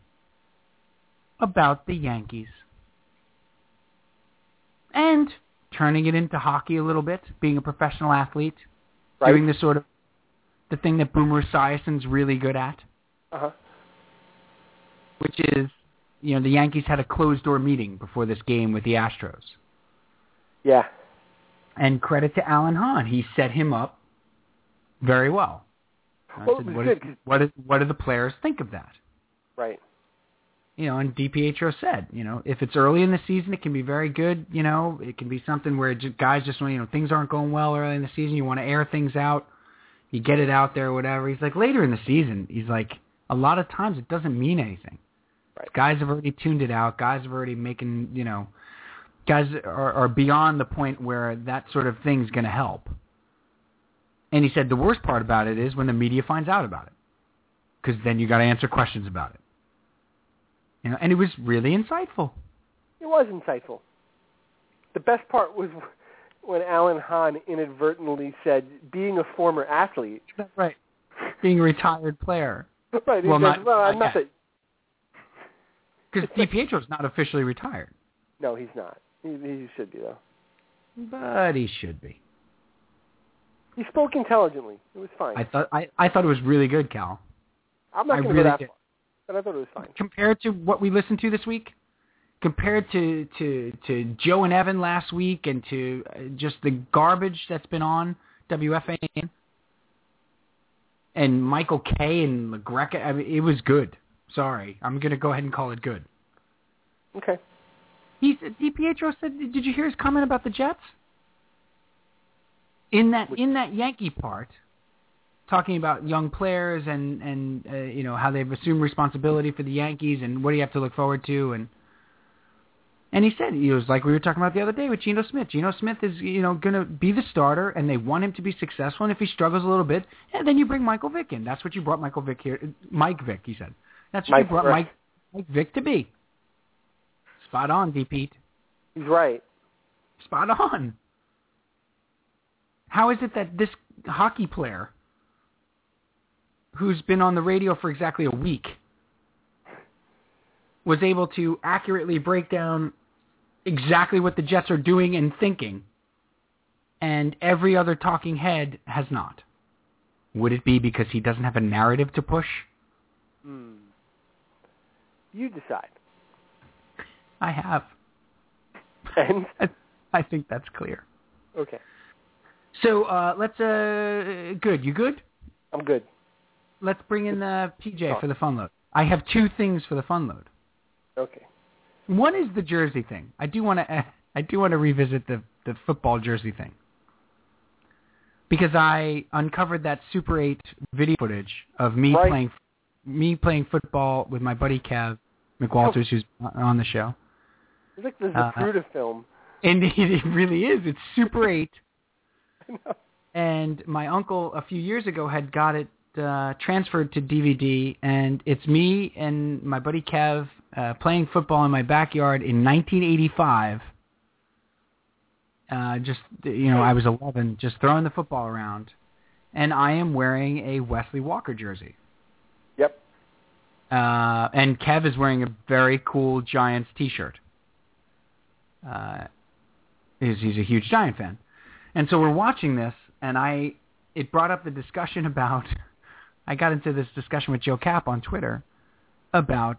about the Yankees. And turning it into hockey a little bit, being a professional athlete,
Right.
doing the sort of the thing that Boomer Esiason's really good at,
Uh-huh.
which is, you know, the Yankees had a closed door meeting before this game with the Astros.
Yeah.
And credit to Alan Hahn, he set him up very well. I
Well, it
said,
was
what,
good
is,
'cause-
what, is, what do the players think of that?
Right.
you know, and DiPietro said, you know, if it's early in the season, it can be very good. You know, it can be something where ju- guys just, want- you know, things aren't going well early in the season. You want to air things out. You get it out there, whatever. He's like, later in the season, he's like, a lot of times it doesn't mean anything.
Right.
Guys have already tuned it out. Guys have already making, you know, guys are, are beyond the point where that sort of thing's going to help. And he said the worst part about it is when the media finds out about it, because then you got to answer questions about it. You know, and it was really insightful.
It was insightful. The best part was when Alan Hahn inadvertently said, "Being a former athlete." *laughs*
right. Being a retired player.
Right. he
Well,
said,
not-
well, I'm
not
not that.
Because DiPietro's not officially retired.
No, he's not. He, he should be though.
But he should be.
He spoke intelligently. It was fine.
I thought I, I thought it was really good, Cal.
I'm
I
not going to
really
go that
did.
far, but I thought it was fine.
Compared to what we listened to this week, compared to to to Joe and Evan last week, and to uh, just the garbage that's been on WFAN, and Michael K and LaGreca, I mean, it was good. Sorry, I'm gonna go ahead and call it good.
Okay.
He said, DiPietro said, did you hear his comment about the Jets? In that in that Yankee part, talking about young players and and uh, you know how they've assumed responsibility for the Yankees and what do you have to look forward to and and he said it was like we were talking about the other day with Geno Smith. Geno Smith is you know going to be the starter and they want him to be successful and if he struggles a little bit, and then you bring Michael Vick in. That's what you brought Michael Vick here, Mike Vick. He said that's what
Mike
you brought
Vick.
Mike Mike Vick to be. Spot on, D. Pete
He's right.
spot on. How is it that this hockey player, who's been on the radio for exactly a week, was able to accurately break down exactly what the Jets are doing and thinking, and every other talking head has not? Would it be because he doesn't have a narrative to push?
Hmm. You decide. *laughs*
I have.
And
I, I think that's clear.
okay,
So uh, let's. Uh, good. You good?
I'm good.
Let's bring in uh, PJ for the fun load. I have two things for the fun load.
Okay.
One is the jersey thing. I do want to I do want to revisit the the football jersey thing because I uncovered that Super 8 video footage of me
Right.
playing me playing football with my buddy Kev McWalters, who's on the show.
It's like the
Uh,
Zapruder
*laughs*
film. *laughs*
And it really is. It's Super 8
I know.
and my uncle a few years ago had got it uh, transferred to DVD, and it's me and my buddy Kev uh, playing football in my backyard in 1985. Uh, just you know, I was 11, just throwing the football around, and I am wearing a Wesley Walker jersey.
Yep.
Uh, and Kev is wearing a very cool Giants T-shirt. Uh, he's, he's a huge Giant fan, and so we're watching this, and I it brought up the discussion about. *laughs* I got into this discussion with Joe Cap on Twitter about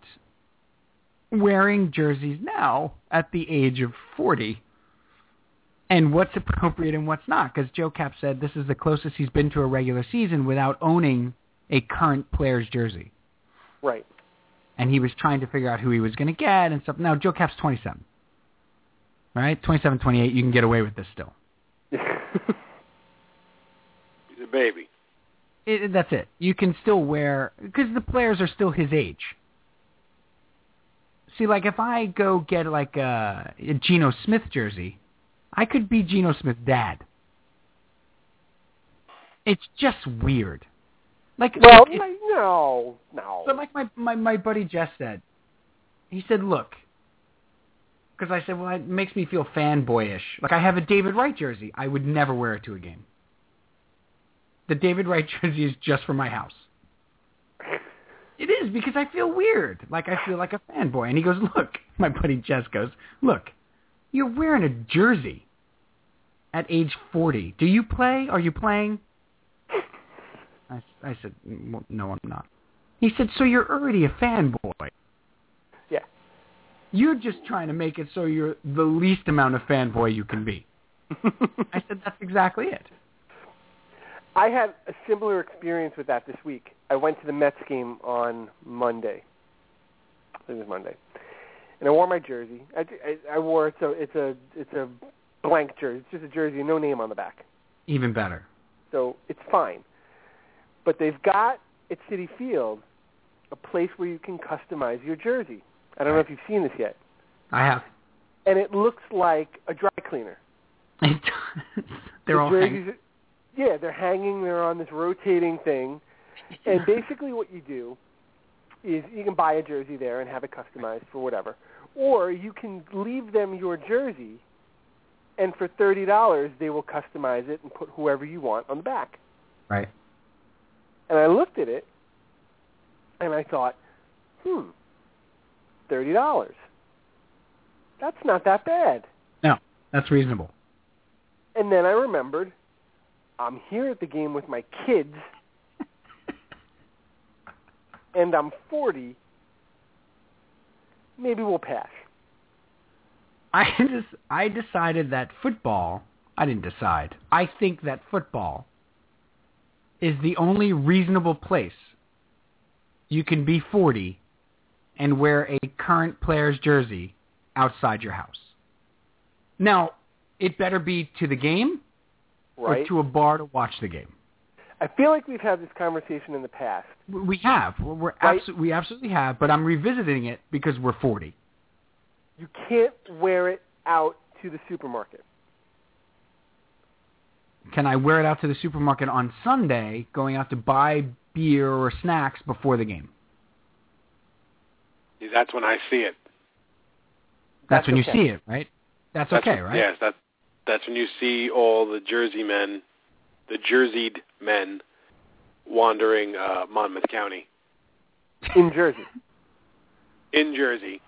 wearing jerseys now at the age of 40 and what's appropriate and what's not because Joe Cap said this is the closest he's been to a regular season without owning a current player's jersey
Right.
and he was trying to figure out who he was going to get and stuff. Now, Joe Cap's 27, right? 27, 28, you can get away with this still.
He's a baby.
It, it- that's it. You can still wear, because the players are still his age. See, like if I go get like a, a Geno Smith jersey, I could be Geno Smith's dad. It's just weird. Like,
well,
like, it's-
like, no, no.
But like my my my buddy Jess said, he said, "Look," because I said, "Well, it makes me feel fanboyish. Like I have a David Wright jersey. I would never wear it to a game. The David Wright *laughs* jersey is just for my house. It is because I feel weird. Like I feel like a fanboy." And he goes, "Look," *laughs* my buddy Jess goes, "Look, you're wearing a jersey." At age 40, do you play? Are you playing? I, I said, "Well, no, I'm not. He said, so you're already a fanboy.
Yeah.
You're just trying to make it so you're the least amount of fanboy you can be. I said, that's exactly it.
I had a similar experience with that this week. I went to the Mets game on Monday. I think it was Monday, and I wore my jersey. I, I, I wore it so it's a it's a blank jersey. It's just a jersey, no name on the back.
Even better.
So it's fine. But they've got at City Field a place where you can customize your jersey. I don't know if you've seen this yet.
I have.
And it looks like a dry cleaner.
They're
The
all
jerseys
hanging.
are- yeah, they're hanging. They're on this rotating
*laughs*
thing, and basically what you do is you can buy a jersey there and have it customized for whatever, or you can leave them your jersey, and for thirty dollars they will customize it and put whoever you want on the back.
Right.
And I looked at it, and I thought, hmm, thirty dollars. That's not that bad.
That's reasonable.
And then I remembered, I'm here at the game with my kids, and I'm 40. Maybe we'll pass.
I *laughs* just I decided that football. I didn't decide. I think that football is the only reasonable place you can be 40 and wear a current player's jersey outside your house. Now, it better be to the game or
Right?
to a bar to watch the game.
I feel like we've had this conversation in the past.
We- We have. We're, we're
Right.
abso- we absolutely have, but I'm revisiting it because we're 40.
You can't wear it out to the supermarket.
Can I wear it out to the supermarket on Sunday going out to buy beer or snacks before the game?
That's when I see it.
That's,
That's
when you
okay.
see it, right? That's, okay, right?
Yes, that that's when you see all the Jersey men, the jerseyed men, wandering uh, Monmouth County
In Jersey.
in Jersey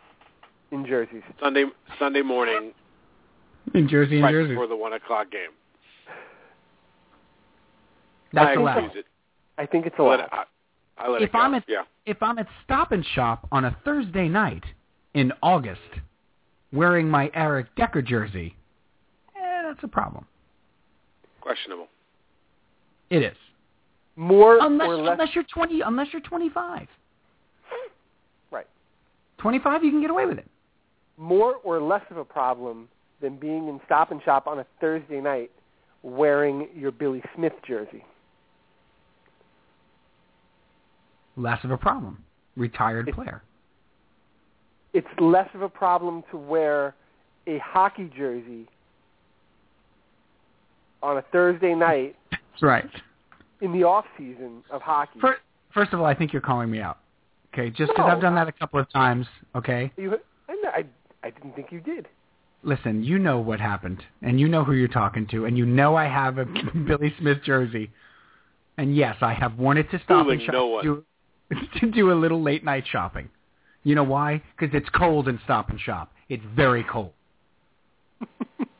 In jerseys.
Sunday Sunday morning
In Jersey, in
right
Jersey.
before the one o'clock game. I
That's
excuse
allowed.
it.
I think it's
I let
allowed.
it, I, I let
If
it go.
I'm at-
yeah,
If I'm at Stop and Shop on a Thursday night in August wearing my Eric Decker jersey, eh, that's a problem.
questionable.
It is.
More
Unless,
or less.
unless you're 20, unless you're 25.
Right.
25, you can get away with it.
more or less of a problem than being in Stop and Shop on a Thursday night wearing your Billy Smith jersey.
Less of a problem. Retired player. *laughs*
It's less of a problem to wear a hockey jersey on a Thursday night
That's right.
in the off season of hockey.
First, first of all, I think you're calling me out. Okay, just because
No.
I've done that a couple of times. Okay,
You, I, know- I, I didn't think you did.
listen, you know what happened, and you know who you're talking to, and you know I have a *laughs* Billy Smith jersey, and yes, I have wanted to stop
Fooling
and shop
no one.
to, do- *laughs* to do a little late night shopping. You know why? Because it's cold in Stop and Shop. It's very cold. I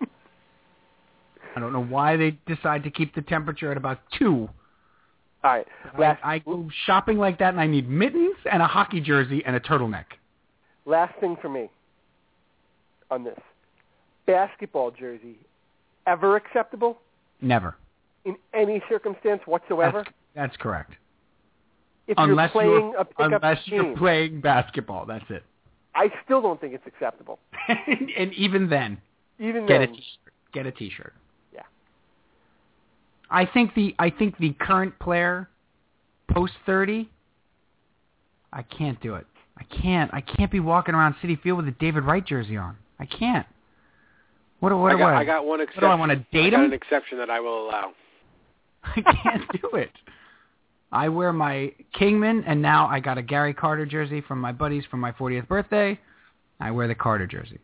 don't know why they decide to keep the temperature at about two.
All right.
I,
Last,
I go shopping like that, and I need mittens and a hockey jersey and a turtleneck.
last thing for me on this. Basketball jersey ever acceptable
Never.
in any circumstance whatsoever?
That's, that's correct.
if
unless
you're playing a pickup
unless
game.
you're playing basketball, that's it. *laughs*
I still don't think it's acceptable.
and, and even then,
Even
get a
then,
t-shirt. Get a t-shirt.
Yeah.
I think the I think the current player post 30 I can't do it. I can't. I can't be walking around City Field with a David Wright jersey on. I can't. What do- what
I
do
got, I got one
what
exception.
do I want to
I
date
got
him?
an exception that I will allow.
*laughs* I can't do it. I wear my Kingman, and now I got a Gary Carter jersey from my buddies for my 40th birthday. I wear the Carter jersey.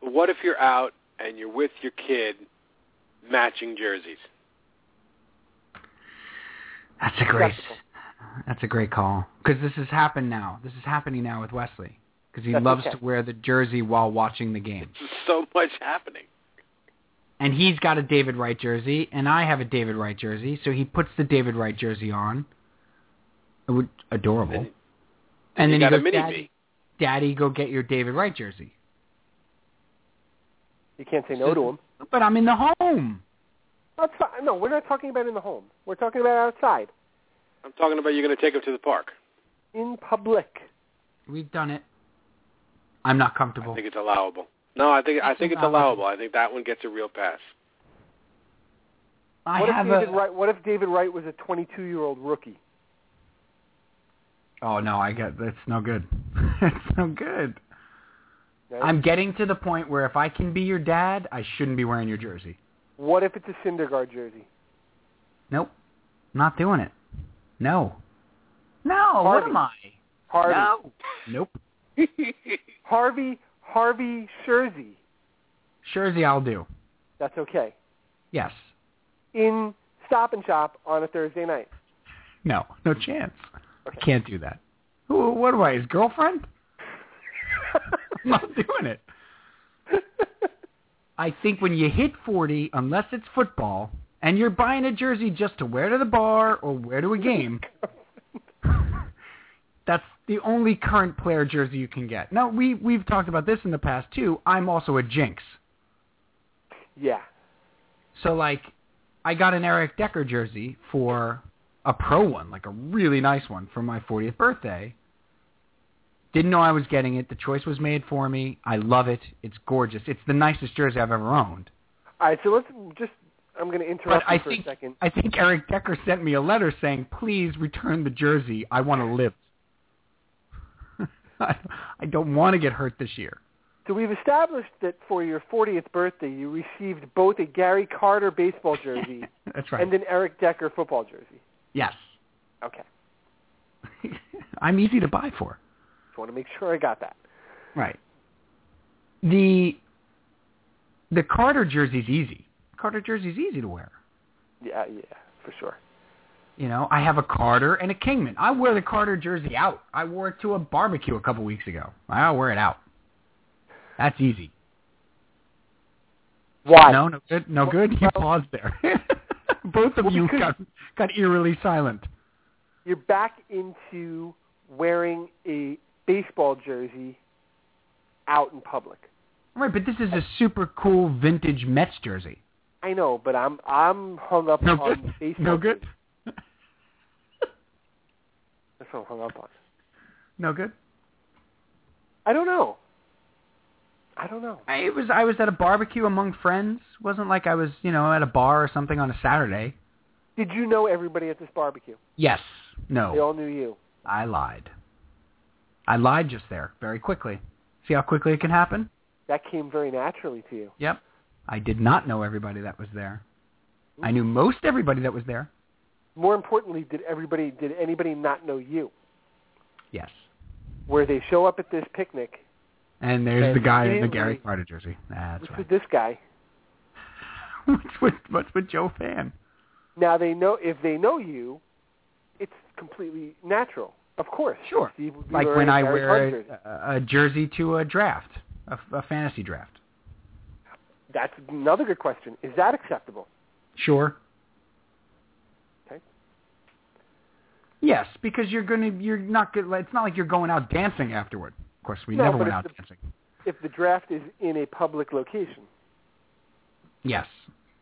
What if you're out and you're with your kid, matching jerseys? *laughs*
That's a great.
Acceptable.
That's a great call because this has happened now. This is happening now with Wesley because he
That's
loves
okay.
to wear the jersey while watching the game.
There's so much happening.
and he's got a David Wright jersey, and I have a David Wright jersey, so he puts the David Wright jersey on. It would- Adorable.
And-
And,
you
then
got
he
a
goes,
mini
Daddy, Daddy, go get your David Wright jersey.
You can't say no to them.
But I'm in the home.
That's fine. No, we're not talking about in the home. We're talking about outside,
I'm talking about you're going to take him to the park.
in public.
We've done it. I'm not
I
comfortable.
think it's allowable. No, I think I think it's allowable. I think that one gets a real pass.
I
what
have
if David
a.
Wright? What if David Wright was a 22-year-old rookie?
Oh no, I get that's no good. *laughs* That's no good.
Right?
I'm getting to the point where if I can be your dad, I shouldn't be wearing your jersey.
What if it's a Syndergaard jersey?
Nope, not doing it. No, no. Oh, What
Harvey.
am I?
Harvey.
No. Nope.
Harvey. Harvey Scherzy.
Jersey, I'll do.
That's okay.
Yes.
In Stop and Shop on a Thursday night.
No. No chance.
Okay.
I can't do that. Who? What am I? His girlfriend? *laughs* *laughs* I'm not doing it. I think when you hit 40, unless it's football, and you're buying a jersey just to wear to the bar or wear to a game, *laughs* that's the only current player jersey you can get. Now, we, we've talked about this in the past, too. I'm also a jinx.
*laughs* yeah.
So, like, I got an Eric Decker jersey for a pro one, like a really nice one for my 40th birthday. Didn't know I was getting it. The choice was made for me. I love it. It's gorgeous. It's the nicest jersey I've ever owned.
All right. So let's just. I'm going to interrupt
But
you
I
for
think-
a second.
I think Eric Decker sent me a letter saying, "Please return the jersey. I want to live. *laughs* I I don't want to get hurt this year."
So we've established that for your 40th birthday, you received both a Gary Carter baseball jersey
*laughs* That's right.
and an Eric Decker football jersey.
yes,
Okay.
*laughs* I'm easy to buy for.
Just want to make sure I got that.
Right. The the Carter jersey's easy. Carter jersey's easy to wear.
Yeah, yeah, for sure.
You know, I have a Carter and a Kingman. I wear the Carter jersey out. I wore it to a barbecue a couple weeks ago. I wear it out. That's easy.
Why?
No, no good. No good. You paused there. *laughs* Both of
Well,
you
because-
got, got eerily silent.
You're back into wearing a baseball jersey out in public.
Right, but this is a super cool vintage Mets jersey.
I know, but I'm I'm hung up
No
on
good.
baseball.
No good.
jerseys. That's what I'm hung up on.
No good.
I don't know. I don't know.
I it was I was at a barbecue among friends. wasn't like I was you know at a bar or something on a Saturday.
Did you know everybody at this barbecue?
Yes.
They
No.
all knew you.
I lied. I lied just there, very quickly. See how quickly it can happen?
That came very naturally to you.
Yep. I did not know everybody that was there. I knew most everybody that was there.
More importantly, did everybody did anybody not know you?
Yes.
Where they show up at this picnic,
And there's the
And
guy in the
anyway-
Gary Carter jersey. That's
what's
right.
with this guy?
*laughs* what's with what's with Joe Fan?
Now they know if they know you, it's completely natural. Of course.
Sure.
Steve would be
Like when
wearing a
I
Gary
wear
Carter jersey.
a, a- a jersey to a draft, a, f- a fantasy draft.
That's another good question. Is that acceptable?
Sure.
Okay.
Yes, because you're gonna you're not gonna. It's not like you're going out dancing afterward. Of course, we
No,
never went
but if
out
the-
dancing.
If the draft is in a public location
Yes.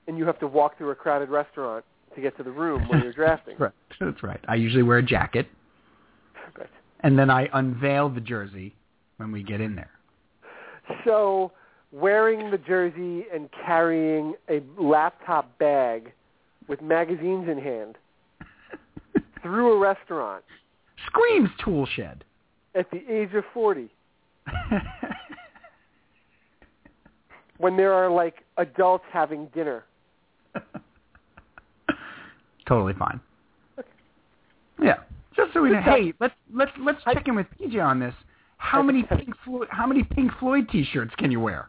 and you have to walk through a crowded restaurant to get to the room
*laughs*
where you're drafting.
Right. That's right. I usually wear a jacket,
Right.
and then I unveil the jersey when we get in there. *laughs*
So wearing the jersey and carrying a laptop bag with magazines in hand through a restaurant
Screams tool shed. *laughs*
at the age of 40 when there are like adults having dinner.
totally fine. Yeah, just so we know. Hey, let's let's let's
I-
check in with PJ on this. How
I
many
just had-
Pink Floyd how many Pink Floyd T-shirts can you wear?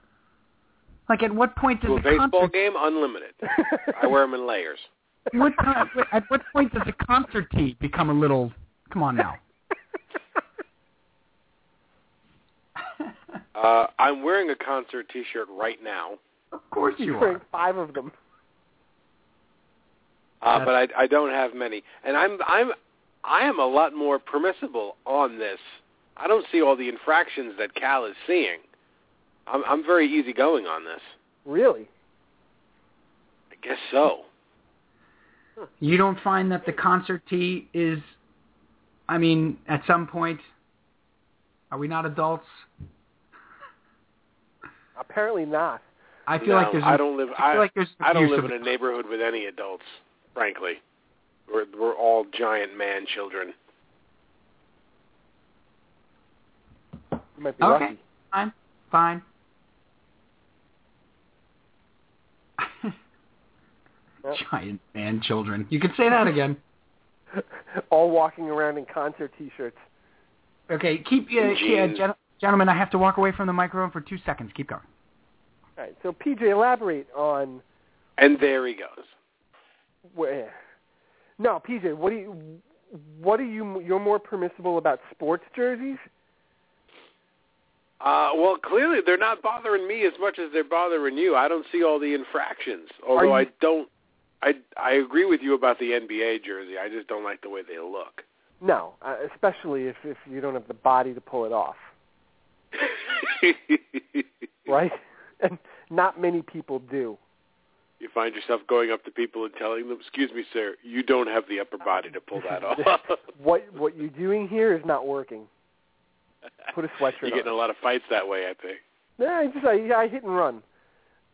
Like at what point does
To a
the
baseball
concert
game, unlimited. I wear
*laughs*
them in layers.
what time, at what point does the concert tee become a little? Come on
*laughs*
now.
Uh, I'm wearing a concert T-shirt right now.
Of course
you
you drank
are.
five of them.
Uh, but I, I don't have many, and I'm I'm I am a lot more permissible on this. I don't see all the infractions that Cal is seeing. I'm, I'm very easygoing on this.
Really?
I guess so.
You don't find that the concertee is, I mean, at some point, are we not adults?
Apparently not.
I feel
no,
like there's.
I don't live.
I feel like there's.
I don't
abuse
live
of-
in a neighborhood with any adults. Frankly, we're we're all giant man children.
You might be
Okay,
lucky.
fine, fine.
Yep.
*laughs* Giant man, children. You can say that again.
*laughs* All walking around in concert T-shirts.
Okay, keep. Uh, yeah,
Jeez.
gen- gentlemen, I have to walk away from the microphone for two seconds. Keep going.
All right. So PJ, elaborate on
And there he goes.
where. No, PJ, what do you? What are you? You're more permissible about sports jerseys.
Uh, well, clearly they're not bothering me as much as they're bothering you. I don't see all the infractions. Although
Are
I
you-
don't. I I agree with you about the NBA jersey. I just don't like the way they look. *laughs*
No, uh, especially if if you don't have the body to pull it off, right? *laughs* And not many people do.
you find yourself going up to people and telling them, "Excuse me, sir, you don't have the upper body to pull
*laughs*
that off."
What what you're doing here is not working. Put a sweatshirt
You get in
on.
a lot of fights that way, I think.
No, I just I, I hit and run.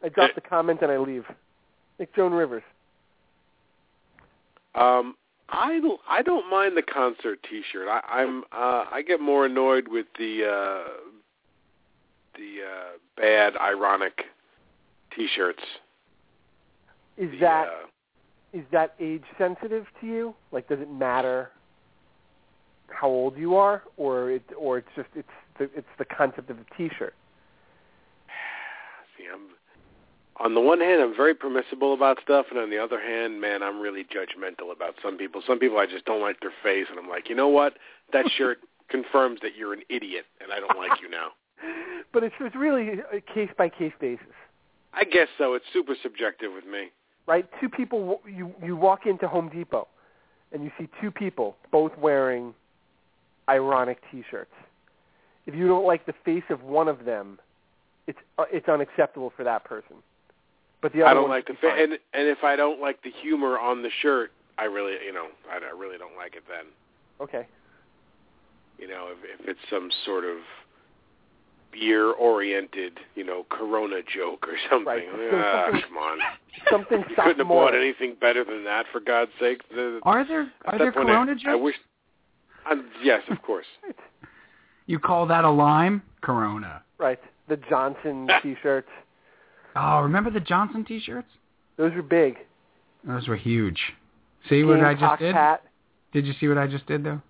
I drop the comment and I leave. Like Joan Rivers.
Um, I I don't mind the concert T-shirt. I, I'm uh, I get more annoyed with the uh, the uh, bad ironic T-shirts.
Is
The,
that
uh,
is that age sensitive to you? Like, does it matter how old you are, or it, or it's just it's the, it's the concept of the T-shirt?
see, I'm on the one hand I'm very permissible about stuff, and on the other hand, man, I'm really judgmental about some people. Some people I just don't like their face, and I'm like, you know what?
*laughs*
That shirt confirms that you're an idiot, and I don't like you now.
But it's it's really a case by case basis,
I guess so. It's super subjective with me.
right? Two people w- you you walk into Home Depot, and you see two people both wearing ironic T-shirts. If you don't like the face of one of them, it's uh, it's unacceptable for that person. But the other
I don't
one
like the
should be
fa-
fine.
and and if I don't like the humor on the shirt, I really you know I, I really don't like it then.
okay.
You know if if it's some sort of beer oriented you know Corona joke or something.
Right.
Ah, come on,
Something
*laughs* you couldn't have
sophomore.
bought anything better than that for God's sake. The,
Are there
at that
are there
point,
Corona
I,
jokes?
I wish. I'm, yes, of course.
You call that a lime? Corona.
Right. The Johnson T-shirts.
Oh, remember the Johnson T-shirts?
Those were big.
Those were huge. See what I just
Gamecock
did?
Hat.
Did you see what I just did though?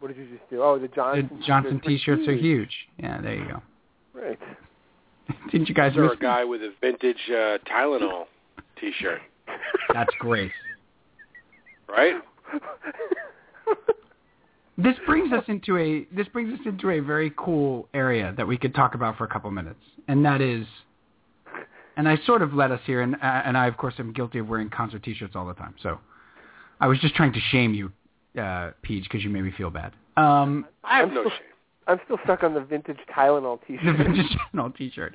What did you just do? Oh, the
The
Johnson.
Johnson
t
T-shirts are huge. Yeah, there you go. *laughs*
Right.
Didn't you guys
Or a
miss that?
guy with a vintage uh, Tylenol T-shirt,
That's
*laughs*
great.
right?
This brings us into a this brings us into a very cool area that we could talk about for a couple minutes, and that is, and I sort of led us here, and uh, and I of course am guilty of wearing concert T-shirts all the time. So, I was just trying to shame you, uh, Peach, because you made me feel bad. Um,
I have
I'm
no
so-
shame.
I'm still stuck on the vintage Tylenol
*laughs* the
T-shirt.
vintage channel T-shirt,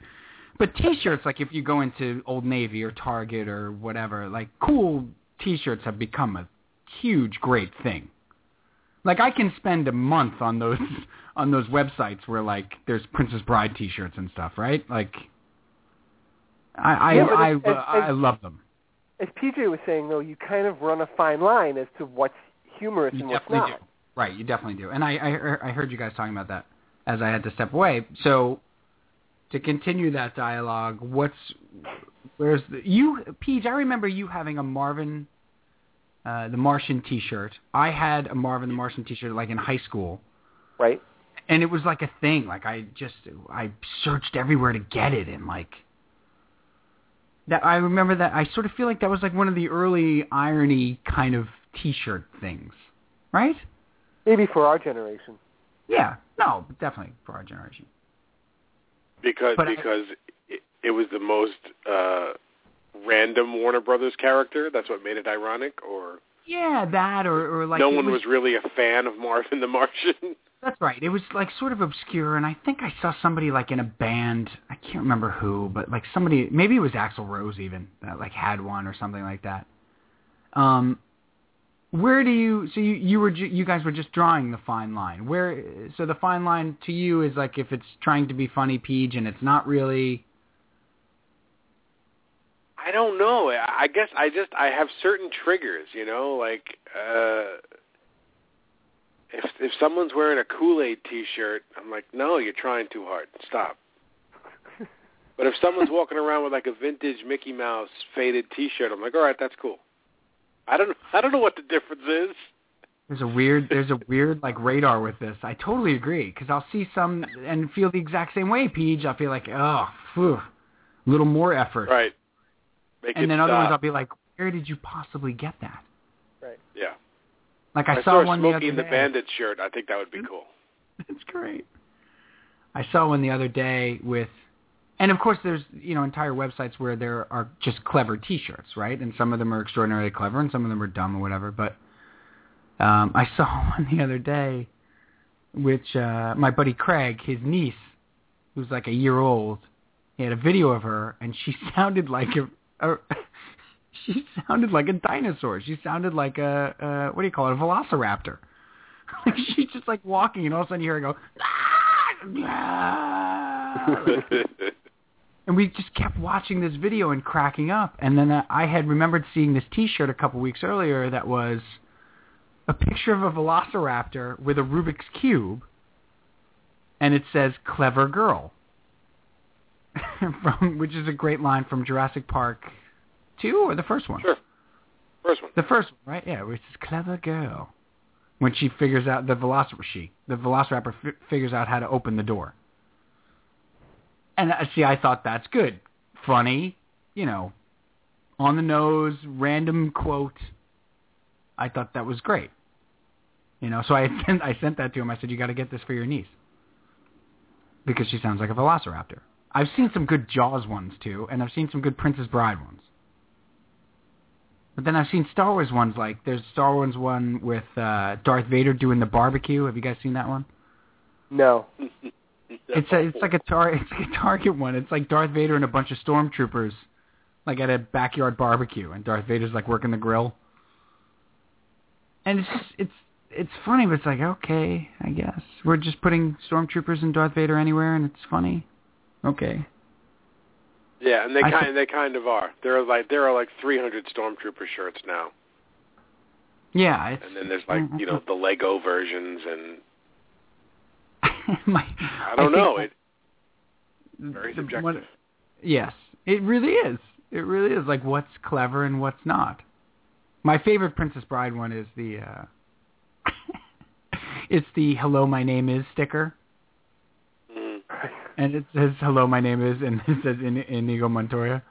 but T-shirts like if you go into Old Navy or Target or whatever, like cool T-shirts have become a huge great thing. Like I can spend a month on those *laughs* on those websites where like there's Princess Bride T-shirts and stuff, right? Like I I
Yeah, but
I,
it's-
I,
it's-
love them.
As PJ was saying, though, you kind of run a fine line as to what's humorous
You
and what's
definitely
not.
do. Right, you definitely do. And I I, hear- I heard you guys talking about that as I had to step away. So to continue that dialogue, what's where's the you Peach? I remember you having a Marvin. Uh, the Martian T-shirt. I had a Marvin the Martian T-shirt like in high school,
Right.
and it was like a thing. Like I just I searched everywhere to get it, and like that I remember that I sort of feel like that was like one of the early irony kind of T-shirt things, right?
Maybe for our generation. *laughs*
Yeah, no, definitely for our generation.
Because
But I-
because it, it was the most uh, random Warner Brothers character. That's what made it ironic, or
Yeah, that or, or like
no
it
one was, really a fan of Marvin the Martian. *laughs*
That's right. It was like sort of obscure, and I think I saw somebody like in a band. I can't remember who, but like somebody, maybe it was Axl Rose even that like had one or something like that. Um, where do you? So you you were ju- you guys were just drawing the fine line. Where so the fine line to you is like if it's trying to be funny peach and it's not really.
I don't know. I I guess I just I have certain triggers, you know, like uh if if someone's wearing a Kool-Aid t-shirt, I'm like, "No, you're trying too hard. Stop." but if
*laughs*
someone's walking around with like a vintage Mickey Mouse faded t-shirt, I'm like, "All right, that's cool." I don't I don't know what the difference is.
There's a weird there's a weird like radar with this. I totally agree because I'll see some and feel the exact same way. Peach, I'll feel like oh, phew, a little more effort.
Right. uh Make it
and then other ones I'll
stop.
be like, where did you possibly get that?
Yeah.
Like
If
I,
I
saw
a
one
Smokey
the
and the
other day. Mm-hmm.
Bandit shirt. I think that would be cool.
*laughs* That's great. I saw one the other day with, and of course there's you know entire websites where there are just clever T-shirts, right? And some of them are extraordinarily clever, and some of them are dumb or whatever. But um, I *laughs* saw one the other day, which uh, my buddy Craig, his niece, who's like a year old, he had a video of her, and she *laughs* sounded like a, *laughs* a she sounded like a dinosaur. She sounded like a, a what do you call it, a velociraptor. *laughs* Like she's just like walking, and all of a sudden you hear her go,
*laughs*
"Ah!" *laughs* Like, and we just kept watching this video and cracking up. And then I I had remembered seeing this T-shirt a couple weeks earlier that was a picture of a Velociraptor with a Rubik's cube, and it says "clever girl," *laughs* from which is a great line from Jurassic Park two or the first one.
Sure. First one.
The first one, right? Yeah, where it says "clever girl" when she figures out the Velociraptor. She, the Velociraptor, f- figures out how to open the door. And uh, see, I thought that's good, funny, you know, on the nose, random quote. I thought that was great. You know, so I *laughs* sent I sent that to him. I said, "You got to get this for your niece because she sounds like a Velociraptor." I've seen some good Jaws ones too, and I've seen some good Princess Bride ones. But then I've seen Star Wars ones like there's Star Wars one with uh, Darth Vader doing the barbecue. Have you guys seen that one?
No.
*laughs* It's a, it's like a tar it's like a Target one. It's like Darth Vader and a bunch of stormtroopers, like at a backyard barbecue, and Darth Vader's like working the grill. And it's just, it's it's funny, but it's like okay, I guess we're just putting stormtroopers and Darth Vader anywhere, and it's funny. Okay.
Yeah, and they
I
kind they kind of are. There are like there are like 300 stormtrooper shirts now,
Yeah. It's,
and then there's like you
Mm-hmm.
know the Lego versions, and
*laughs* my,
I don't
think
know.
my-
It very
the-
subjective.
what- yes, it really is. It really is like what's clever and what's not. My favorite Princess Bride one is the uh, *laughs* it's the "Hello, my name is" sticker,
Mm.
and it says "Hello, my name is," and it says in Inigo Montoya,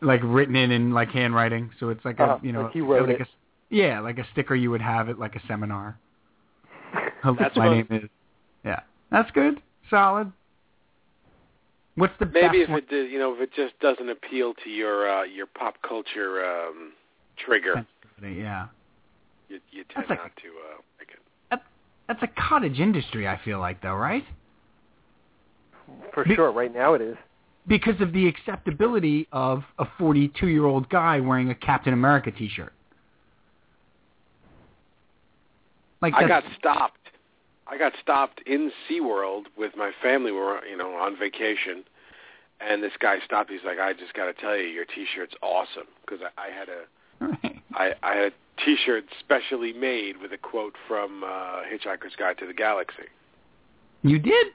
like written in in like handwriting. So it's like a
Uh-huh.
Uh,
you know
like he wrote
like
it.
a s- yeah like a sticker you would have at like a seminar. Hello,
That's
Oh, my
fun.
name is. Yeah, that's good, solid. What's the best
Maybe if
one?
it did, you know if it just doesn't appeal to your uh, your pop culture um, trigger,
Yeah.
you, you tend
That's like-
not to uh, like it.
That's a cottage industry, I feel like, though, right?
For
Be-
sure. Right now it is.
Because of the acceptability of a 42-year-old guy wearing a Captain America T-shirt. Like
I got
that's-
stopped. I got stopped in SeaWorld with my family. We were, you know, on vacation, and this guy stopped. He's like, "I just got to tell you, your T-shirt's awesome." Because I, I had a I, I had a T-shirt specially made with a quote from uh, Hitchhiker's Guide to the Galaxy.
*laughs* you did.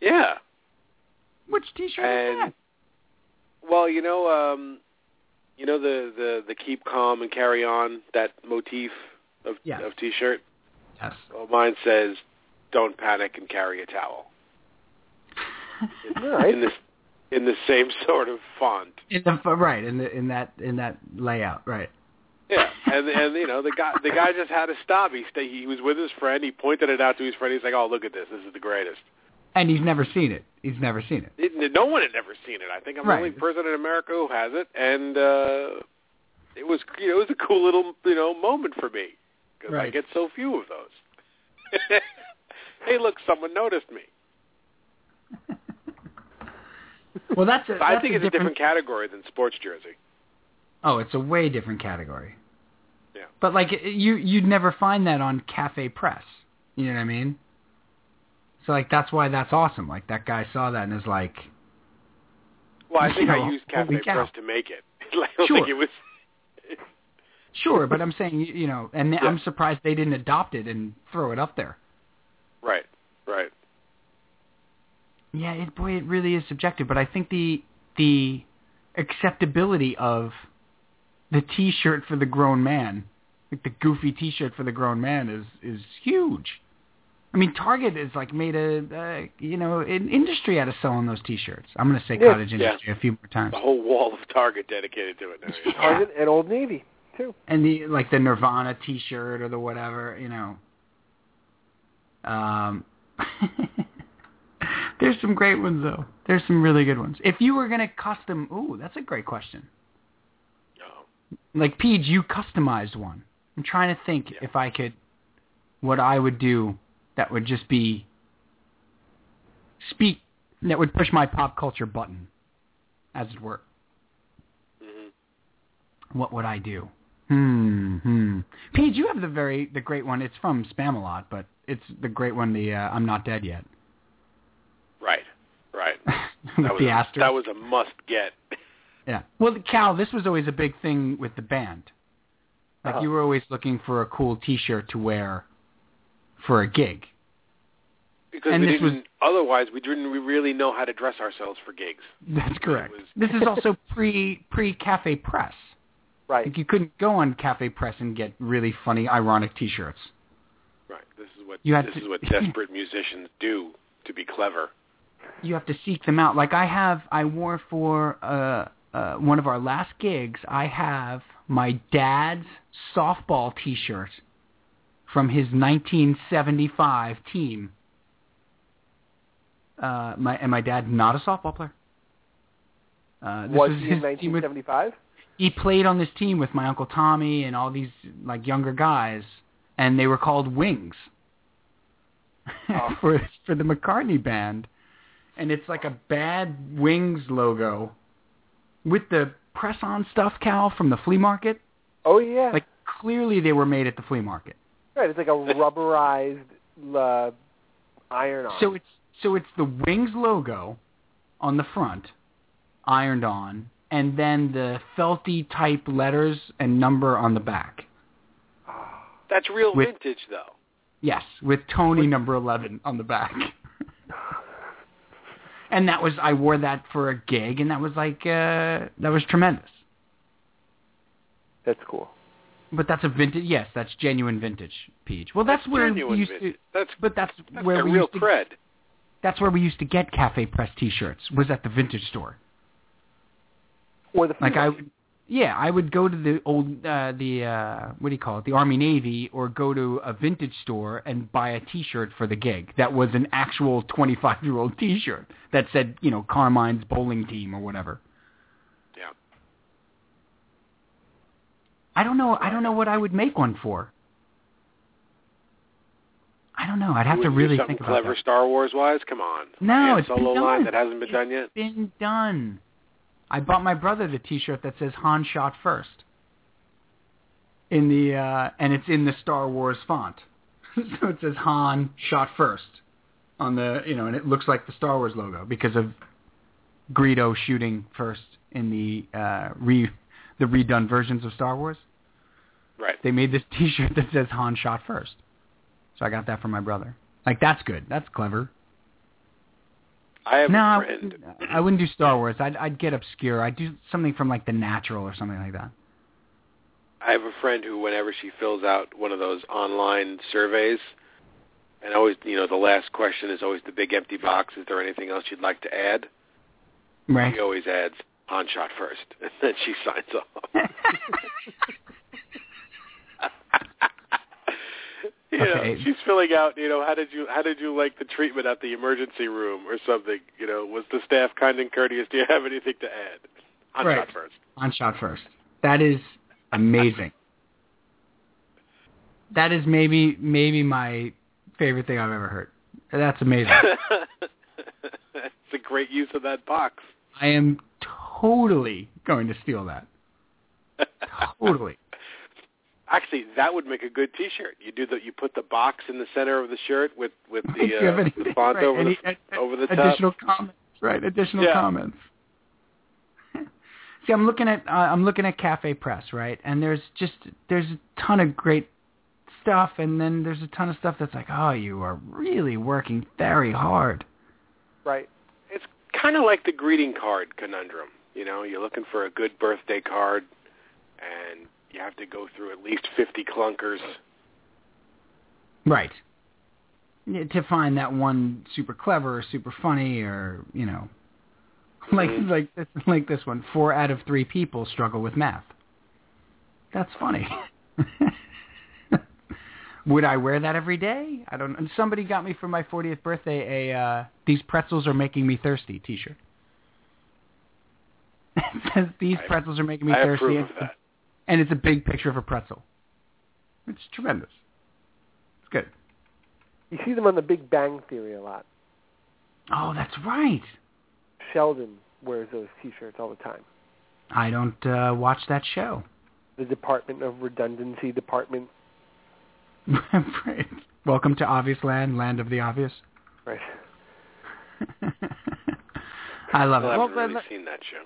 Yeah,
Which T-shirt is
and well, you know, um, you know the, the the keep calm and carry on that motif of
Yes.
of T-shirt.
that?
Well, mine says, "Don't panic and carry a towel."
Yes.
*laughs* in this in the same sort of font.
*laughs* In the, right in the in that in that layout, right?
Yeah, *laughs* and and you know the guy the guy just had a stop. He stay, he was with his friend. He pointed it out to his friend. He's like, "Oh, look at this! This is the greatest."
And he's never seen it. He's never seen
*laughs*
it.
It, no one had ever seen it. I think I'm
Right.
the only person in America who has it, and uh, it was you know, it was a cool little you know moment for me because I
Right.
get so few of those. *laughs* hey, look, someone noticed me.
Well, that's a,
So I
that's
think
a
it's a different category than sports jersey.
Oh, it's a way different category.
Yeah.
But like it- you you'd never find that on Cafe Press. You know what I mean? So like that's why that's awesome. Like that guy saw that and is like,
Well, I think
No,
I used Cafe
holy cow.
Press to make it. *laughs* Like, I don't think
Sure.
it was.
sure, but I'm saying you- you know, and
Yeah.
I'm surprised they didn't adopt it and throw it up there.
Right, right.
Yeah, it, boy, it really is subjective. But I think the the acceptability of the T-shirt for the grown man, like the goofy T-shirt for the grown man, is is huge. I mean, Target has like made a uh, you know an industry out of selling those T-shirts. I'm going to say
Yeah.
cottage industry a few more times.
The whole wall of Target dedicated to it. Now, yeah.
Target and Old Navy too.
and the like the Nirvana T-shirt or the whatever, you know. Um, *laughs* there's some great ones though. There's some really good ones. If you were gonna custom, ooh, that's a great question.
Oh.
Like Pete, you customized one. I'm trying to think if I could, what I would do that would just be speak that would push my pop culture button, as it were
Mhm.
what would I do? Hmm, hmm. Pete, you have the very the great one. It's from Spam a lot, but it's the great one. The uh, I'm not dead yet. *laughs*
Right, right.
with
That was
the
a,
asterisk.
that was a must get. *laughs*
Yeah. Well, Cal, this was always a big thing with the band. Like
Uh-huh.
Oh.
you were always looking for a cool T-shirt to wear for a gig. *laughs*
Because
And
we
this was-
didn't, otherwise we didn't we really know how to dress ourselves for gigs.
That's correct.
was-
This is also pre pre Cafe Press.
Right.
Like you couldn't go on Cafe Press and get really funny, ironic T-shirts.
Right. This is what
You had
this
to-
is
*laughs*
what desperate musicians do to be clever.
you have to seek them out. Like I have, I wore for uh, uh, one of our last gigs. I have my dad's softball T-shirt from his 1975 team. Uh, my and my dad not a softball player. Uh, this
was
was
he
his
in
team with
1975?
he played on this team with my uncle Tommy and all these like younger guys, and they were called Wings *laughs*
Oh.
for for the McCartney band, and it's like a bad Wings logo with the press on stuff Cal from the flea market.
Oh yeah.
Like clearly they were made at the flea market.
right. It's like a rubberized uh, iron on.
So it's so it's the Wings logo on the front, ironed on, and then the felty type letters and number on the back.
That's real
With-
vintage though.
Yes, with Tony number 11 on the back. and that was I wore that for a gig and that was like uh that was tremendous.
That's cool.
But that's a vintage. Yes, that's genuine vintage peach. Well, that's,
That's
where we
genuine
used
vintage.
to
That's
but that's,
that's
where
got
we
real
used to
cred.
that's where we used to get cafe press t-shirts was at the vintage store.
Or the
Like I
female.
would yeah, I would go to the old uh the uh what do you call it? The Army Navy or go to a vintage store and buy a t-shirt for the gig. That was an actual *laughs* 25-year-old t-shirt that said, you know, Carmine's bowling team or whatever.
Yeah.
I don't know I don't know what I would make one for. I don't know. I'd have
You
to
wouldn't do
really
something
think about
clever
that.
Star Wars wise. Come on.
No,
Han
it's been
solo line
done.
that hasn't been done yet.
It's been done. I bought my brother the T-shirt that says Han shot first. In the uh, and it's in the Star Wars font, *laughs* so it says Han shot first on the you know, and it looks like the Star Wars logo because of Greedo shooting first in the uh, re the redone versions of Star Wars.
Right.
They made this *laughs* T-shirt that says Han shot first, so I got that from my brother. Like that's good. That's clever.
I have
no, I
a friend.
wouldn't- I wouldn't do Star Wars. I'd, I'd get obscure. I'd do something from like The Natural or something like that.
I have a friend who, whenever she fills out one of those online surveys, and always, you know, the last question is always the big empty box. Is there anything else you'd like to add?
Right.
She always adds on shot first, *laughs* and then she signs off.
*laughs*
*laughs* you You know,
okay.
she's filling out. You know, how did you how did you like the treatment at the emergency room or something? You know, was the staff kind and courteous? Do you have anything to add? I'm
Right.
not first.
On shot first. That is amazing. that is maybe maybe my favorite thing I've ever heard. That's
*laughs*
amazing.
it's a great use of that box.
I am totally going to steal that. Totally.
*laughs* Actually, that would make a good T-shirt. You do the you put the box in the center of the shirt with with
*laughs* If
the,
you
uh,
have any-
the font
right,
over the
any ad-
over the top.
additional comments, right? Additional
Yeah.
comments. *laughs* See, I'm looking at uh, I'm looking at Cafe Press, right? And there's just there's a ton of great stuff, and then there's a ton of stuff that's like, oh, you are really working very hard.
Right.
it's kind of like the greeting card conundrum. You know, you're looking for a good birthday card, and you have to go through at least 50 clunkers.
Right. Yeah, To find that one super clever or super funny or, you know, *laughs* like
Mhm.
like this like this one, four out of three people struggle with math. That's funny. *laughs* Would I wear that every day? I don't know. Somebody got me for my 40th birthday a uh, these pretzels are making me thirsty t-shirt. *laughs* it says these
I-
pretzels are making me
I
thirsty
approve of
and-
that.
and it's a big picture of a pretzel. It's tremendous. It's good.
You see them on The Big Bang Theory a lot.
Oh, that's right.
Sheldon wears those T-shirts all the time.
I don't uh, watch that show. *laughs*
The Department of Redundancy Department.
Right. Welcome to Obvious Land, land of the obvious. *laughs*
Right.
I love
Well, I
it.
haven't
Well,
really
but
seen that show.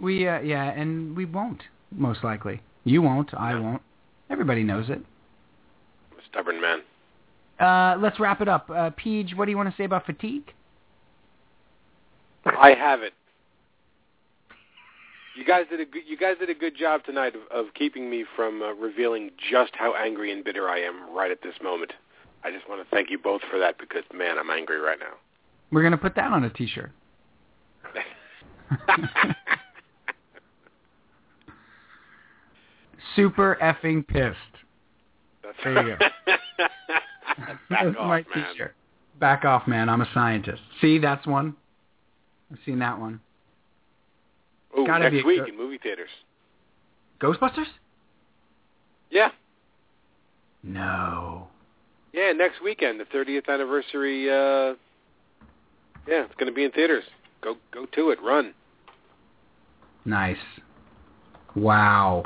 we uh, yeah, and we won't most likely. You won't. I won't. Everybody knows it.
I'm a stubborn man.
Uh, let's wrap it up. Uh, Peach, what do you want to say about fatigue?
I have it. You guys did a good, you guys did a good job tonight of, of keeping me from uh, revealing just how angry and bitter I am right at this moment. I just want to thank you both for that because man, I'm angry right
*laughs*
now.
We're gonna put that on a T-shirt. *laughs* Super effing pissed.
That's- *laughs*
There you go.
Back
that's
off,
*laughs* my
man.
T-shirt. Back off, man. I'm a scientist. See, that's one. I've seen that one.
Ooh,
Gotta be
next
a
week
good-
in movie theaters.
Ghostbusters?
Yeah,
No.
Yeah, next weekend, the 30th anniversary. Uh, yeah, it's going to be in theaters. Go, go to it. Run.
Nice. Wow.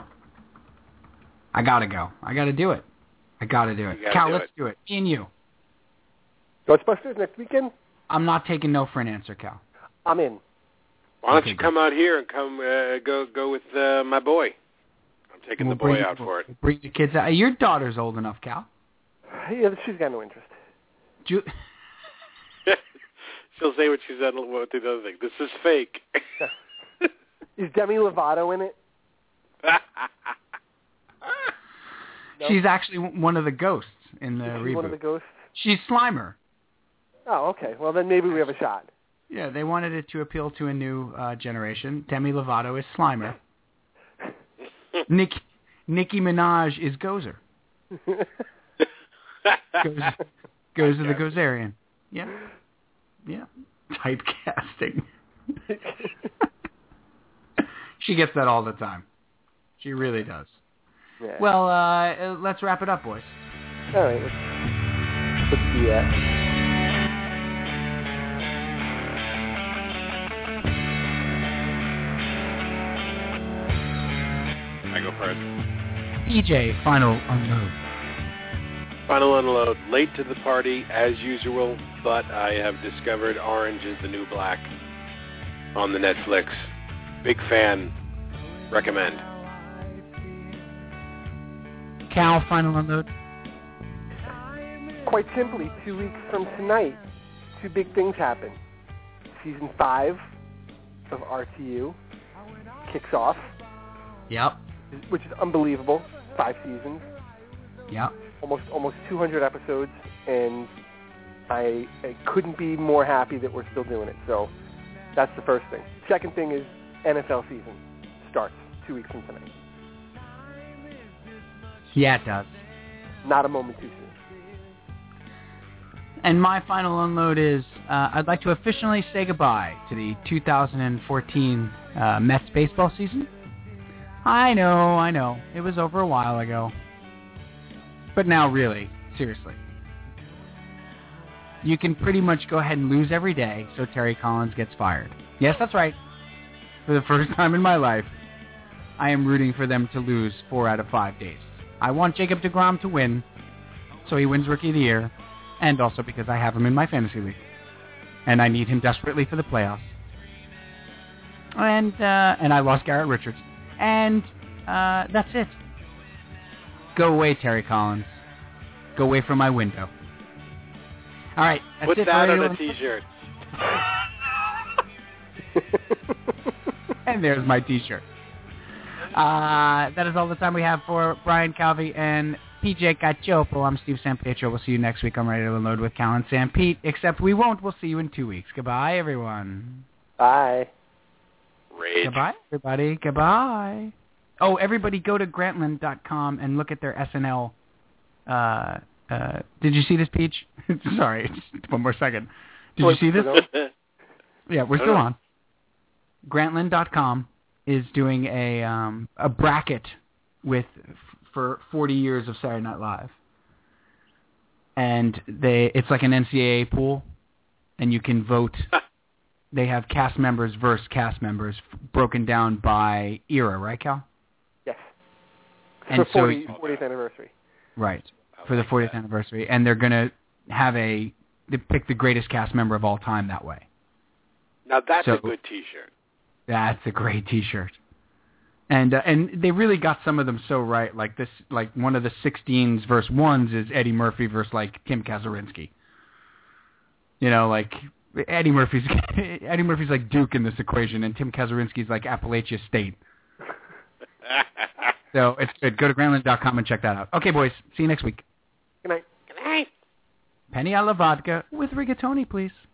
I gotta go. I gotta do it. I gotta do it.
You gotta
Cal,
do
let's
it.
do it. Me and you.
Ghostbusters next weekend.
I'm not taking no for an answer, Cal.
I'm in.
Why don't
Okay,
you
good.
come out here and come uh, go go with uh, my boy? I'm taking
We'll
the boy
bring-
out for it. *laughs*
we'll Bring the kids out. Your daughter's old enough, Cal.
Yeah, she's got no interest.
Ju- *laughs*
She'll say what she said about the other thing. This is
*laughs*
fake.
Is Demi Lovato in it? Nope.
She's actually one of the ghosts in the
Is she
Uh, reboot.
one of the ghosts?
She's Slimer.
Oh, okay. Well, then maybe we have a shot. *laughs*
Yeah, they wanted it to appeal to a new uh, generation. Demi Lovato is Slimer. Nick, Nicki Minaj is Gozer. Goes, goes to the Gozerian. Yeah. Yeah. Typecasting. she gets that all the time. She really does.
Yeah.
Well, uh, uh, let's wrap it up, boys.
all right. Let's, let's do that.
I go first.
PJ, final unload.
Final unload. Late to the party as usual, but I have discovered Orange is the New Black on the Netflix. Big fan. Recommend.
Cal, final unload.
Quite simply, two weeks from tonight, two big things happen. Season five of RTU kicks off,
Yep.
which is unbelievable. Five seasons,
Yep.
almost almost 200 episodes, and I, I couldn't be more happy that we're still doing it. So that's the first thing. Second thing is NFL season starts two weeks from tonight.
Yeah, it does.
Not a moment too soon.
And my final unload is uh, I'd like to officially say goodbye to the 2014 uh, Mets baseball season. I know, I know. It was over a while ago. But now, really, seriously. You can pretty much go ahead and lose every day, so Terry Collins gets fired. Yes, that's right. For the first time in my life, I am rooting for them to lose four out of five days. I want Jacob DeGrom to win, so he wins Rookie of the Year, and also because I have him in my fantasy league, and I need him desperately for the playoffs. And uh, and I lost Garrett Richards, and uh, that's it. Go away, Terry Collins. Go away from my window. All right, that's
Put
it for
that on
Radio
a
Unplugged.
T-shirt.
*laughs* and there's my T-shirt. Uh, that is all the time we have for Brian Calvi and PJ Cacioppo. I'm Steve Sampietro. We'll see you next week on Ready to Unload with Cal and Sam Pete. Except we won't. We'll see you in two weeks. Goodbye, everyone.
Bye.
Rage.
Goodbye, everybody. Goodbye. Oh, everybody, go to Grantland.com and look at their SNL. Uh, uh, did you see this, Peach? *laughs* Sorry, just one more second. Did you
Wait,
*laughs*
see this?
no.
Yeah, we're
I
still
don't-
on. Grantland.com is doing a um, a bracket with for 40 years of Saturday Night Live, and they it's like an NCAA pool, and you can vote. they have cast members versus cast members f- broken down by era, right, Cal?
Yes.
And
For
so-
40, 40th anniversary. *laughs*
Right. For the 40th anniversary, and they're gonna have a they pick the greatest cast member of all time that way.
Now that's
So-
a good T-shirt. *laughs*
That's a great T-shirt. And uh, and they really got some of them so right. Like this, like one of the 16s verse ones is Eddie Murphy versus like Kim Kazurinsky. You know, like Eddie Murphy's *laughs* Eddie Murphy's like Duke in this equation, and Tim Kazurinsky's like Appalachia State. So it's good. Go to Grandland.com and check that out. Okay, boys. See you next week.
Good night.
Penny a la vodka with rigatoni, please.